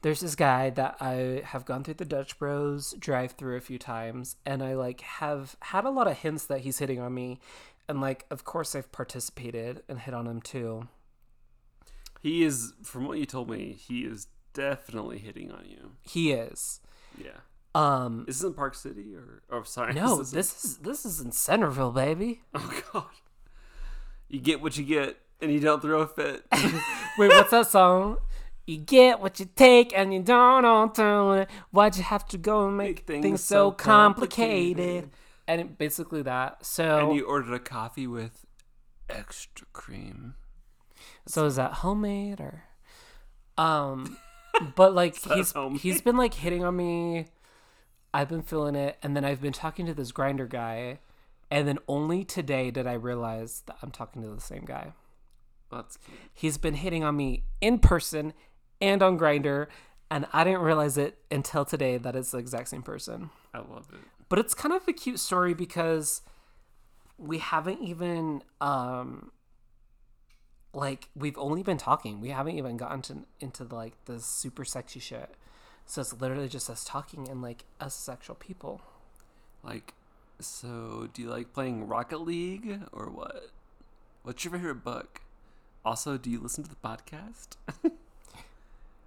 There's this guy that I have gone through the Dutch Bros drive through a few times, and I like have had a lot of hints that he's hitting on me, and like of course I've participated and hit on him too. he is, from what you told me, he is definitely hitting on you. He is. Yeah. Um, Is this in Park City or? Oh, sorry. no, is- this is this is in Centerville, baby. Oh God. You get what you get, and you don't throw a fit. Wait, what's that song? You get what you take and you don't alter it. Why'd you have to go and make things, so complicated? complicated. And it, basically that. So, and you ordered a coffee with extra cream. so is that homemade or? Um, but like he's homemade? he's been like hitting on me. I've been feeling it, and then I've been talking to this grinder guy, and then only today did I realize that I'm talking to the same guy. That's cute. he's been hitting on me in person and on grinder and i didn't realize it until today that it's the exact same person I love it. but it's kind of a cute story because we haven't even um like we've only been talking we haven't even gotten to into like the super sexy shit so it's literally just us talking and like us sexual people Like, so do you like playing Rocket League or what? What's your favorite book? Also, do you listen to the podcast?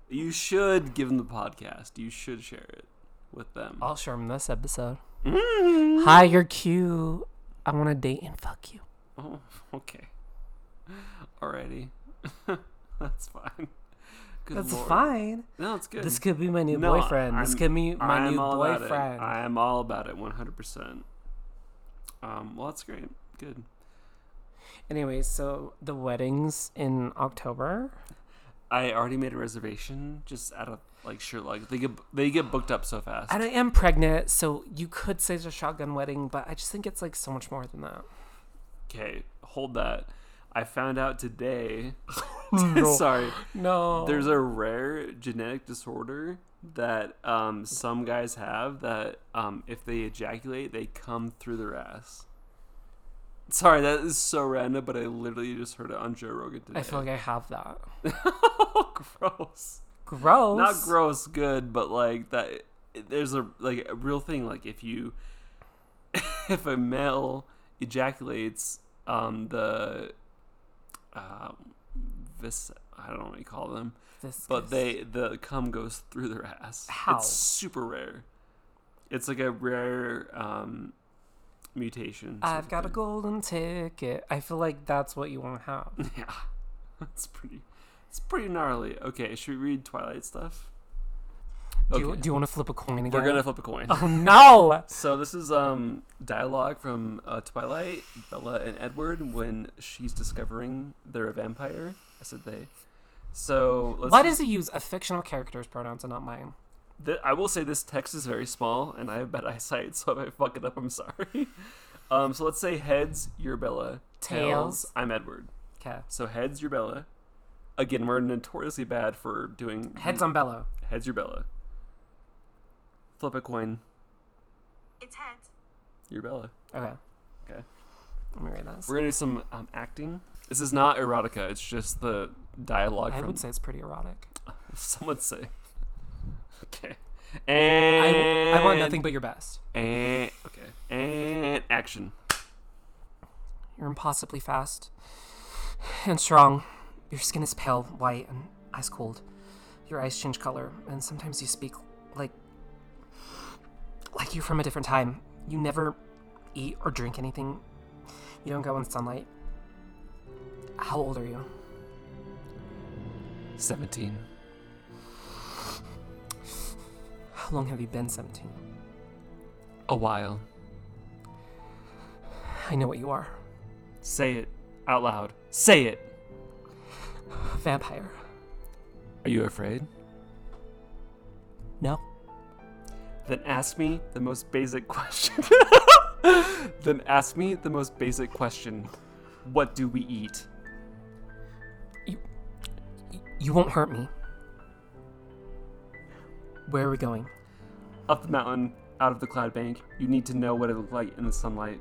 you should give them the podcast. You should share it with them. i'll show him this episode Mm. hi you're cute i want to date and fuck you Oh, okay. Alrighty. That's fine. Good that's lord. fine No, it's good. This could be my new No, boyfriend. this I'm- could be my I'm new all about it. boyfriend. I am all about it, one hundred percent. Um, well, that's great. Good. Anyway, so the wedding's in October. I already made a reservation just out of like sheer luck. They get they get booked up so fast. And I am pregnant, so you could say it's a shotgun wedding, but I just think it's like so much more than that. Okay, hold that. I found out today. sorry. No. There's a rare genetic disorder that um, some guys have that um, if they ejaculate, they come through their ass. Sorry, that is so random, but I literally just heard it on Joe Rogan today. I feel like I have that. gross. Gross. Not gross, good, but like that. There's a like a real thing. Like if you, if a male ejaculates, um, the, uh, this I don't know what you call them. This But is- they the cum goes through their ass. How? It's super rare. It's like a rare um, mutation. sort I've of got a thing. golden ticket. I feel like that's what you want to have. Yeah, it's pretty. It's pretty gnarly. Okay, should we read Twilight stuff? Do you, Okay. do you want to flip a coin again? We're gonna flip a coin. Oh no! So this is um dialogue from uh, Twilight, Bella and Edward when she's discovering they're a vampire. I said they. So let's Why does he use a fictional character's pronouns and not mine? Th- I will say this text is very small, and I have bad eyesight, so if I fuck it up, I'm sorry. Um, so let's say heads, you're Bella. Tails, Tails. I'm Edward. Okay. So heads, you're Bella. Again, we're notoriously bad for doing Heads on bellow. Heads, you're Bella. Flip a coin, It's heads. you're Bella. Okay. Okay. Let me read this. We're gonna do some um, acting. This is not erotica. It's just the dialogue I from would say it's pretty erotic. someone say. Okay. I, And I want nothing but your best. And okay. And action. You're impossibly fast and strong. Your skin is pale, white, and ice cold. Your eyes change color, and sometimes you speak like like you from a different time. You never eat or drink anything. You don't go in sunlight. How old are you? Seventeen. How long have you been 17? A while. I know what you are. Say it out loud. Say it. A vampire. Are you afraid? No. Then ask me the most basic question. then ask me the most basic question. What do we eat? You won't hurt me. Where are we going? Up the mountain, out of the cloud bank. You need to know what it looked like in the sunlight.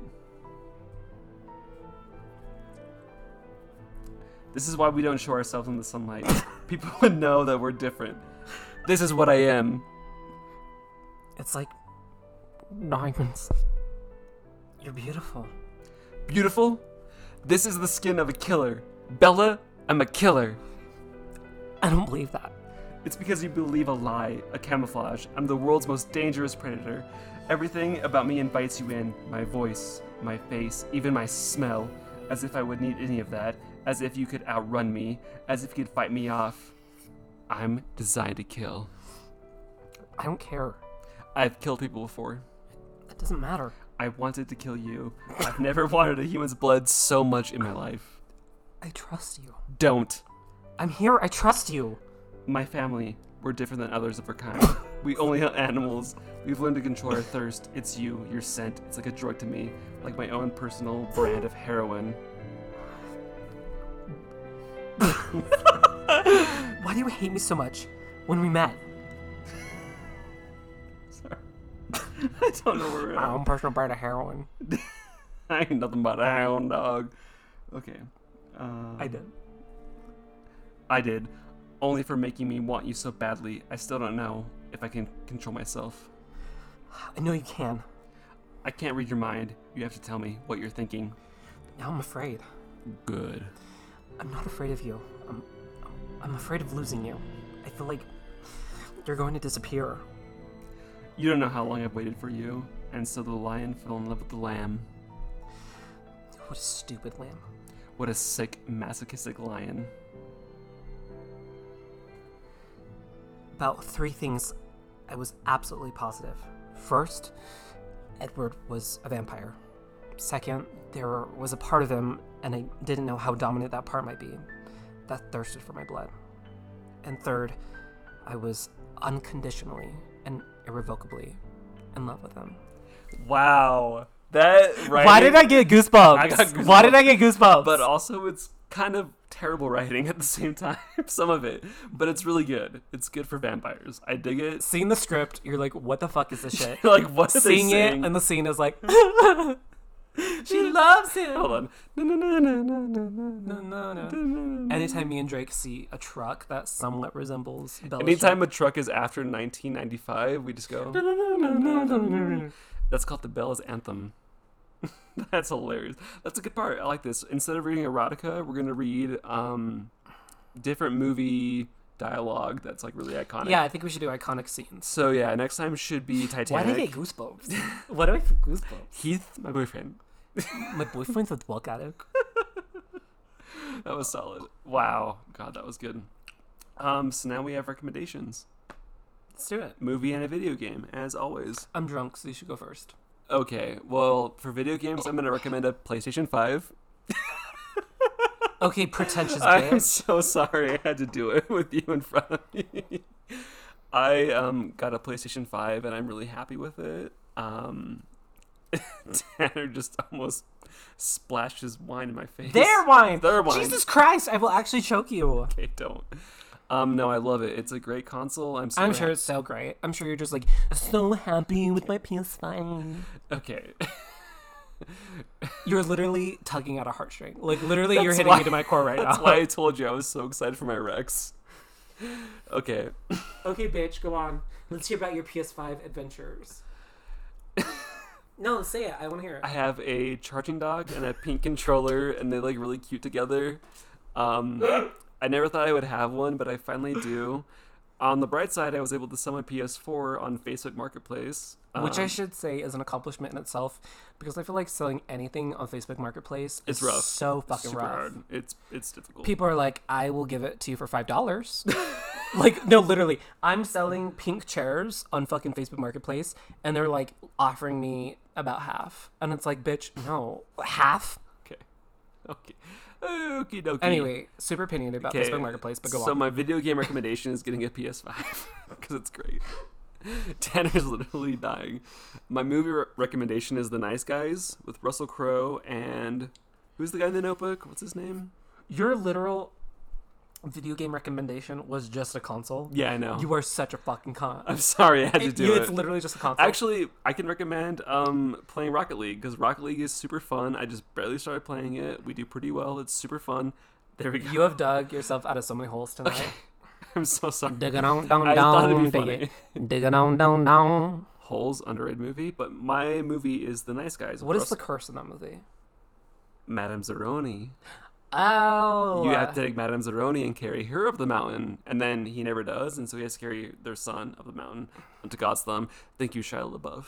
This is why we don't show ourselves in the sunlight. People would know that we're different. This is what I am. It's like diamonds. You're beautiful. Beautiful? This is the skin of a killer. Bella, I'm a killer. I don't believe that. It's because you believe a lie, a camouflage. I'm the world's most dangerous predator. Everything about me invites you in my voice, my face, even my smell. As if I would need any of that. As if you could outrun me. As if you could fight me off. I'm designed to kill. I don't care. I've killed people before. It doesn't matter. I wanted to kill you. I've never wanted a human's blood so much in my life. I trust you. Don't. I'm here. I trust you. My family, we're different than others of our kind. we only hunt animals. We've learned to control our thirst. It's you, your scent. It's like a drug to me, like my own personal brand of heroin. Why do you hate me so much when we met? Sorry. I don't know where we're My at. own personal brand of heroin. I ain't nothing but a hound dog. Okay. Uh, I did. I did. Only for making me want you so badly. I still don't know if I can control myself. I know you can. I can't read your mind. You have to tell me what you're thinking. Now I'm afraid. Good. I'm not afraid of you. I'm, I'm- I'm afraid of losing you. I feel like you're going to disappear. You don't know how long I've waited for you, and so the lion fell in love with the lamb. What a stupid lamb. What a sick, masochistic lion. about three things I was absolutely positive. First, Edward was a vampire. Second, there was a part of him, and I didn't know how dominant that part might be, that thirsted for my blood. And third, I was unconditionally and irrevocably in love with him. Wow. That right. Why did I get goosebumps? I got Why goosebumps. did I get goosebumps? But also, it's kind of terrible writing at the same time. Some of it, but it's really good. It's good for vampires. I dig it. seeing the script, you're like, what the fuck is this shit? like what are they seeing saying? it, and the scene is like, she loves him. Hold on. No, no, no. Anytime Anytime me and Drake see a truck that somewhat resembles Bella a truck is after 1995, we just go. Swan- That's called the Bella's Anthem. That's hilarious. That's a good part. I like this. Instead of reading erotica, we're gonna read um, different movie dialogue that's like really iconic. yeah, I think we should do iconic scenes. So yeah, next time should be Why Titanic. did I get goosebumps? Why do I get goosebumps? Heath, my boyfriend. My boyfriend's a drug addict. That was solid. Wow. God, that was good. Um, so now we have recommendations. Let's do it. Movie and a video game, as always. I'm drunk, so you should go first. Okay, well, for video games, I'm gonna recommend a PlayStation 5. Okay, pretentious I'm bitch. so sorry I had to do it with you in front of me. I um, got a PlayStation 5 and I'm really happy with it. Um, Tanner just almost splashed his wine in my face. Their wine. Their wine. Jesus Christ! I will actually choke you. I don't. Um, no, I love it. It's a great console. I'm, super I'm sure it's so great. I'm sure you're just like so happy with my PS5. ha- Okay. You're literally tugging at a heartstring. Like literally, you're That's hitting why- me to my core right That's now. why I told you I was so excited for my Rex. Okay. Okay, bitch, go on. Let's hear about your PS5 adventures. no, say it. I want to hear I have a charging dock and a pink controller, and they look really cute together. Um, I never thought I would have one, but I finally do. On the bright side, I was able to sell my PS4 on Facebook Marketplace, um, Which I should say is an accomplishment in itself because I feel like selling anything on Facebook Marketplace It's is rough. so is fucking super rough. hard. It's it's difficult. People are like, I will give it to you for $5. like, no, literally. I'm selling pink chairs on fucking Facebook Marketplace and they're like offering me about half. And it's like, bitch, no, half? okay, okay, okie dokie. Anyway, super opinionated about Okay, Facebook Marketplace, but go so on. my video game recommendation is getting a PS5 because it's great. Tanner's literally dying. My movie re- recommendation is The Nice Guys with Russell Crowe and who's the guy in The Notebook? What's his name? Your literal video game recommendation was just a console. Yeah, I know. You are such a fucking con. I'm sorry, I had to It- do you- it. It's literally just a console. Actually, I can recommend um, playing Rocket League because Rocket League is super fun. I just barely started playing it. We do pretty well. It's super fun. There we go. you have dug yourself out of so many holes tonight. I'm so sorry. Dig it on down I thought it'd down. be Dig it. Dig it on down down. Holes underrated movie, but my movie is The Nice Guys. What is the curse in that movie? Madame Zeroni? Oh. uh, You have to take Madame Zeroni and carry her up the mountain, and then he never does, and so he has to carry their son up the mountain onto God's thumb. Thank you, Shia LaBeouf.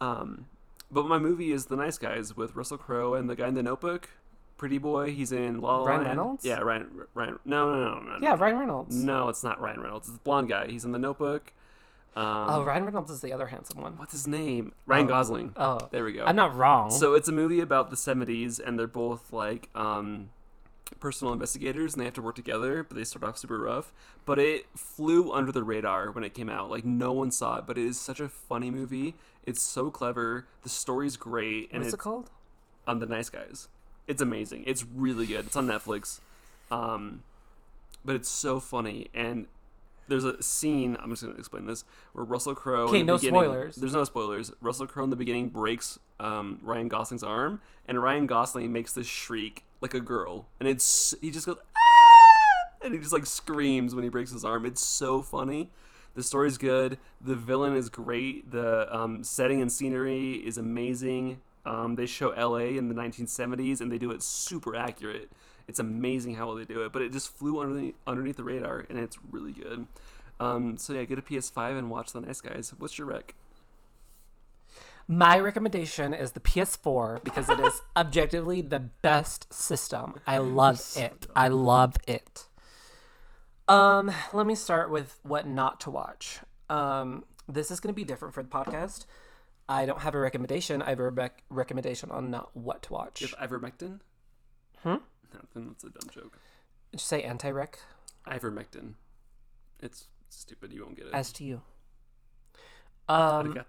Um, but my movie is The Nice Guys with Russell Crowe and the guy in the Notebook, Pretty Boy. He's in La La Ryan Land. Reynolds? Yeah, Ryan. Ryan. No, no, no, no. no. Yeah, Ryan Reynolds. No, it's not Ryan Reynolds. It's the blonde guy. He's in the Notebook. Um, Oh, Ryan Reynolds is the other handsome one. what's his name? Ryan Gosling. Oh. there we go. I'm not wrong. So it's a movie about the 70s, and they're both like um, personal investigators, and they have to work together, but they start off super rough. But it flew under the radar when it came out. Like, no one saw it, but it is such a funny movie. It's so clever. The story's great. And it's What's it called? on The Nice Guys. It's amazing. It's really good. It's on Netflix. Um, but it's so funny. And there's a scene, I'm just going to explain this, where Russell Crowe. in Okay, the no beginning- spoilers. There's no spoilers. Russell Crowe in the beginning breaks um, Ryan Gosling's arm, and Ryan Gosling makes this shriek like a girl. And it's he just goes, "Ah!" and he just like screams when he breaks his arm. It's so funny. The story's good. The villain is great. The um, setting and scenery is amazing. Um, they show LA in the 1970s and they do it super accurate. It's amazing how well they do it, but it just flew underneath, underneath the radar and it's really good. Um, so yeah, get a PS5 and watch The Nice Guys. What's your rec? My recommendation is the PS4 because it is objectively the best system. I love it. I love it. Um, let me start with what not to watch. Um, this is going to be different for the podcast. I don't have a recommendation. I have a rec- recommendation on not what to watch. If ivermectin? Hmm? Nothing. That's a dumb joke. Did you say anti-rec? Ivermectin. It's stupid. You won't get it. As to you. Um, Arigato.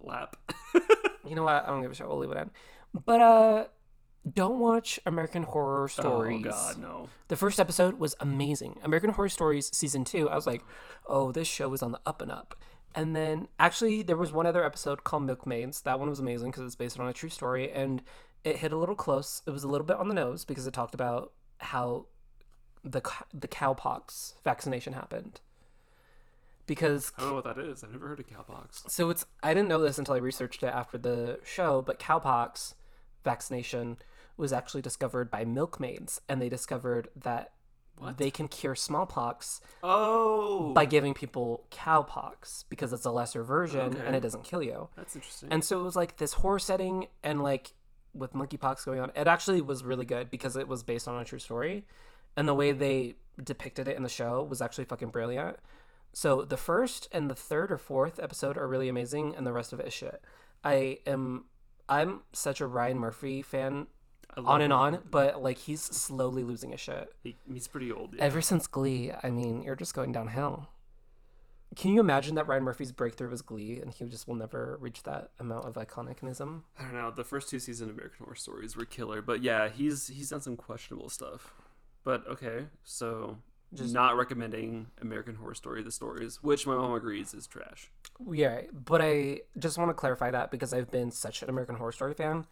Lap. Oh, you know what? I don't give a shit. We'll leave it in. But uh, don't watch American Horror oh Stories. God, no. The first episode was amazing. American Horror Stories season two. I was like, oh, this show is on the up and up. And then actually, there was one other episode called Milkmaids. That one was amazing because it's based on a true story and it hit a little close. It was a little bit on the nose because it talked about how the c- the cowpox vaccination happened. Because I don't know what that is. I've never heard of cowpox. so it's I didn't know this until I researched it after the show, but cowpox vaccination was actually discovered by milkmaids, and they discovered that What? they can cure smallpox Oh, by giving people cowpox because it's a lesser version and Okay. it doesn't kill you. that's interesting. And so it was like this horror setting and like with monkeypox going on. It actually was really good because it was based on a true story. And the way they depicted it in the show was actually fucking brilliant. So the first and the third or fourth episode are really amazing and the rest of it is shit. I am I'm such a Ryan Murphy fan I love on and him. on, but like he's slowly losing his shit. He, he's pretty old. Yeah. Ever since Glee, I mean, you're just going downhill. Can you imagine that Ryan Murphy's breakthrough was Glee and he just will never reach that amount of iconicism? I don't know. The first two seasons of American Horror Stories were killer, but yeah, he's he's done some questionable stuff. But okay, so just not recommending American Horror Story: The Stories, which my mom agrees is trash. Yeah, but I just want to clarify that because I've been such an American Horror Story fan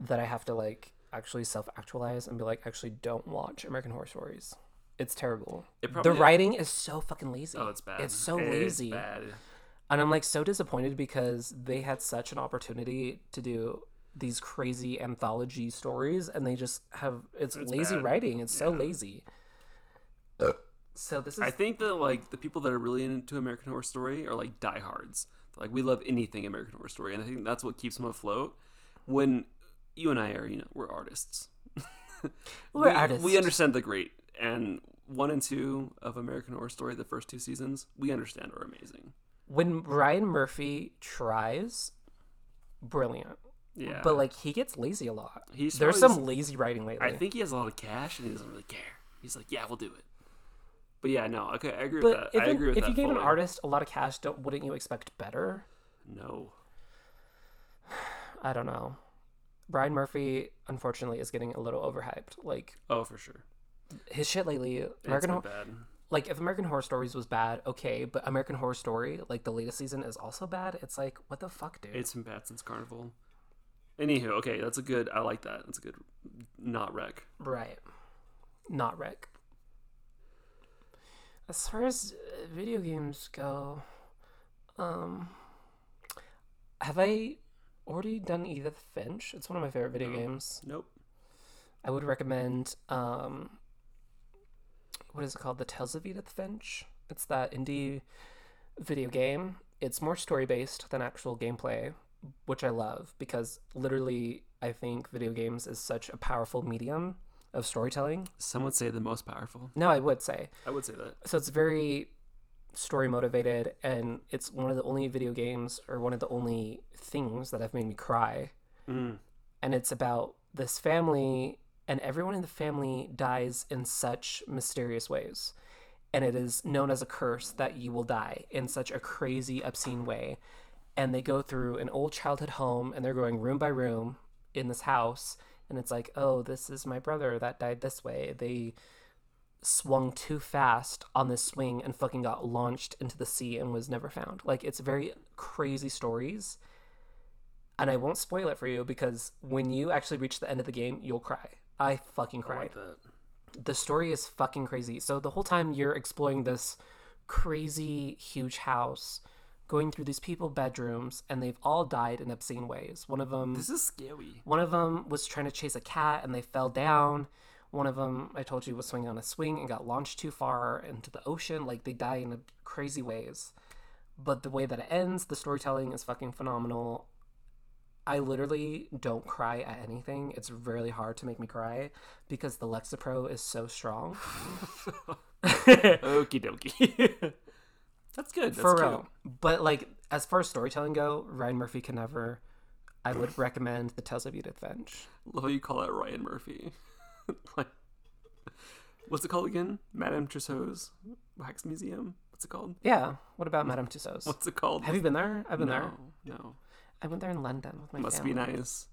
that I have to like actually self actualize and be like, actually, don't watch American Horror Stories. It's terrible. It the probably writing is so fucking lazy. Oh, it's bad. It's so It's lazy. bad. And I'm like so disappointed because they had such an opportunity to do these crazy anthology stories and they just have it's, lazy bad. writing. It's so lazy. So this is I think that like the people that are really into American Horror Story are like diehards. They're like we love anything American Horror Story, and I think that's what keeps them afloat. When you and I are, you know, we're artists. we're we, artists. We understand the great and one and two of American Horror Story, the first two seasons, we understand are amazing. when Ryan Murphy tries, brilliant. Yeah, But like he gets lazy a lot. He's There's probably- some lazy writing lately. I think he has a lot of cash and he doesn't really care. He's like, yeah, we'll do it. But yeah, no, okay, I agree but with that. if, I an- agree with if that. you gave an fully. artist a lot of cash, don't, wouldn't you expect better? no, I don't know. Brian Murphy, unfortunately, is getting a little overhyped. Like oh for sure, his shit lately, it's American been Horror, bad. like if American Horror Stories was bad, okay, but American Horror Story, like the latest season, is also bad. It's like what the fuck, dude? It's been bad since Carnival. Anywho, okay, that's a good. I like that. That's a good. Not wreck. Right. Not Rick. As far as uh, video games go, um, have I already done Edith Finch? It's one of my favorite video games. Nope. I would recommend, um, what is it called? The Tales of Edith Finch. It's that indie video game. It's more story based than actual gameplay, which I love because literally, I think video games is such a powerful medium of storytelling. Some would say the most powerful. No, I would say. I would say that. So it's very story motivated, and it's one of the only video games or one of the only things that have made me cry. Mm. And it's about this family, and everyone in the family dies in such mysterious ways. And it is known as a curse that you will die in such a crazy, obscene way. And they go through an old childhood home and they're going room by room in this house. And it's like, oh, this is my brother that died this way. They swung too fast on this swing and fucking got launched into the sea and was never found. Like it's very crazy stories. And I won't spoil it for you because when you actually reach the end of the game, you'll cry. I fucking I cried like that. the story is fucking crazy. So the whole time you're exploring this crazy huge house, going through these people bedrooms, and they've all died in obscene ways. One of them, This is scary. one of them was trying to chase a cat and they fell down. One of them, I told you, was swinging on a swing and got launched too far into the ocean. Like they die in crazy ways. But the way that it ends, the storytelling is fucking phenomenal. I literally don't cry at anything. It's really hard to make me cry because the Lexapro is so strong. Okie dokie. that's good. That's For cute. real. But like as far as storytelling go, Ryan Murphy can never. I would recommend the Tales of Edith Finch. Love how you call it Ryan Murphy. like, What's it called again? Madame Tussauds Wax Museum. What's it called? Yeah. What about Madame Tussauds? What's it called? Have you been there? I've been there. no, no. I went there in London with my Must family. be nice.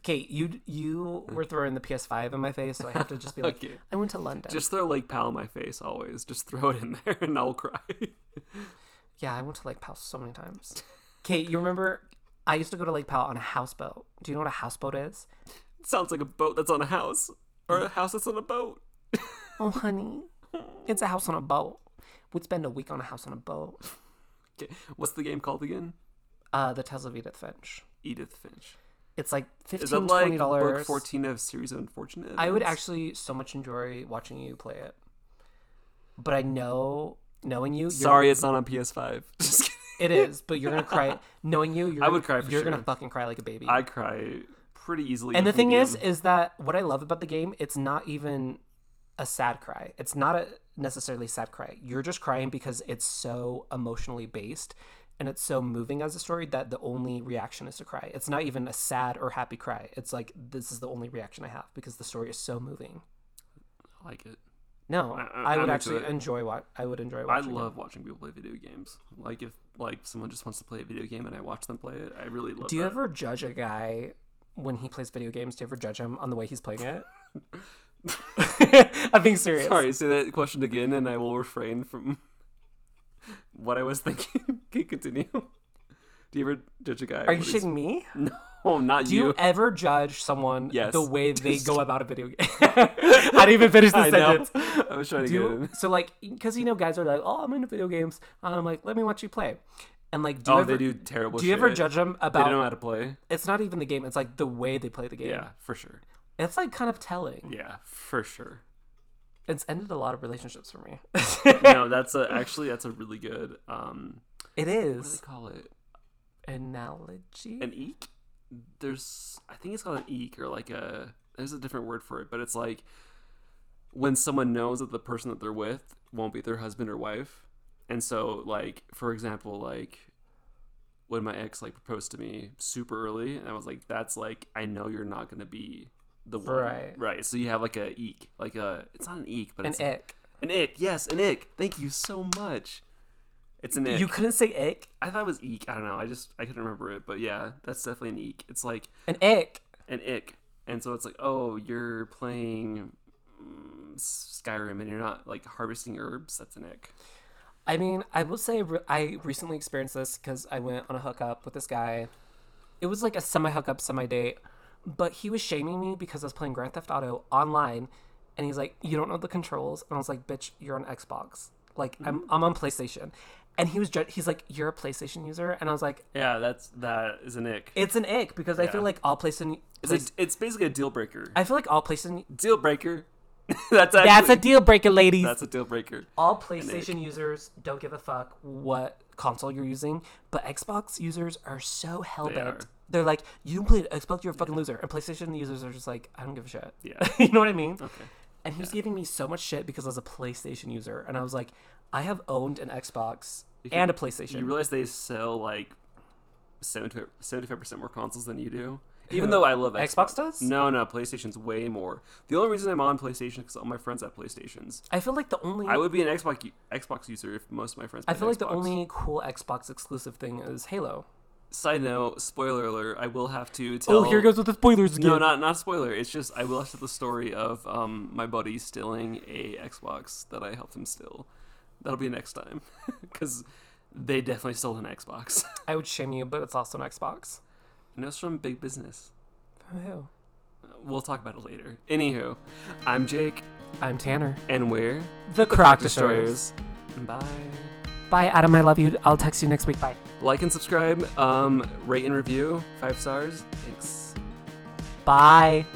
Okay, you you were throwing the PS5 in my face, so I have to just be like, Okay. I went to London. Just throw Lake Powell in my face always. Just throw it in there and I'll cry. Yeah, I went to Lake Powell so many times. Kate, you remember I used to go to Lake Powell on a houseboat. Do you know what a houseboat is? Sounds like a boat that's on a house or a house that's on a boat. Oh, honey, it's a house on a boat. We'd spend a week on a house on a boat. Okay. What's the game called again? Uh, the Tales of Edith Finch. Edith Finch. It's like Is that fifteen, like twenty book dollars. 14 of Series of Unfortunate? I would Events? actually so much enjoy watching you play it, but I know knowing you, you're- Sorry, it's not on PS5. Just kidding. it is. But you're gonna cry. Knowing you, you're, I would cry for you're gonna sure. fucking cry like a baby. I cry pretty easily. and the with thing is Medium. is that what i love about the game it's not even a sad cry it's not a necessarily sad cry you're just crying because it's so emotionally based and it's so moving as a story that the only reaction is to cry it's not even a sad or happy cry it's like this is the only reaction i have because the story is so moving I like it. no I- i, I- would I'm into actually it. enjoy what i would enjoy I watching it. love watching people play video games. Like if like someone just wants to play a video game and I watch them play it, I really love. do you that. ever judge a guy when he plays video games do you ever judge him on the way he's playing it i'm being serious Sorry, say that question again, and I will refrain from what I was thinking. okay, continue. Do you ever judge a guy? are you shitting me Oh, not Do you. you, ever judge someone Yes. the way they go about a video game? I didn't even finish the I know. sentence. I was trying to Do get it you, in. so like, because you know, guys are like, "Oh, I'm into video games," and I'm like, "Let me watch you play." And like, do you Oh, ever, they do terrible. do you ever shit. judge them They don't know about? how to play. It's not even the game; it's like the way they play the game. Yeah, for sure. It's like kind of telling. Yeah, for sure. It's ended a lot of relationships for me. No, that's a actually that's a really good um. it What do is they call it? analogy. an eek there's i think it's called an eek or like a there's a different word for it but it's like when someone knows that the person that they're with won't be their husband or wife and so like for example like when my ex like proposed to me super early and i was like that's like i know you're not gonna be the one Right. right so you have like a eek like a it's not an eek but an it's ick. an ick yes an ick thank you so much it's an ick You couldn't say ick. I thought it was eek. I don't know. I just I couldn't remember it, but yeah, that's definitely an eek. It's like An ick. an ick, and so it's like, oh, you're playing mm, Skyrim and you're not like harvesting herbs. That's an ick. I mean, I will say re- I recently experienced this because I went on a hookup with this guy. It was like a semi hookup, semi date, but he was shaming me because I was playing Grand Theft Auto online, and he's like, "You don't know the controls," and I was like, "Bitch, you're on Xbox. Like, I'm I'm on PlayStation," and he was ju- he's like, "You're a PlayStation user," and I was like, Yeah, that's that is an ick. "It's an ick because I feel like all PlayStation." It's, a- it's basically a deal breaker. I feel like all PlayStation. deal breaker. that's actually, That's a deal breaker, ladies. that's a deal breaker. all PlayStation users don't give a fuck what console you're using, but Xbox users are so hell are. bent. They are like, you don't play an Xbox, you're a fucking loser. And PlayStation users are just like, I don't give a shit. Yeah. you know what I mean? Okay. And he was giving me so much shit because I was a PlayStation user. And I was like, I have owned an Xbox and a PlayStation. You realize they sell like 75 percent more consoles than you do. Even though I love Xbox. Xbox does? No, no, PlayStation's way more. The only reason I'm on PlayStation because all my friends have PlayStations. I feel like the only I I, would be an Xbox Xbox user if most of my friends. Played feel like the Xbox. only cool Xbox exclusive thing is Halo. side note, spoiler alert. I will have to tell. Oh, here goes with the spoilers again. No, not not spoiler. It's just I will have to tell the story of um, my buddy stealing a Xbox that I helped him steal. That'll be next time because they definitely stole an Xbox. I would shame you, but it's also an Xbox. and it's from big business. Who? We'll talk about it later. Anywho, I'm Jake, I'm Tanner. and we're The Croc Destroyers. Bye. Bye, Adam. I love you. I'll text you next week. Bye. Like and subscribe. Um, rate and review. Five stars. Thanks. Bye.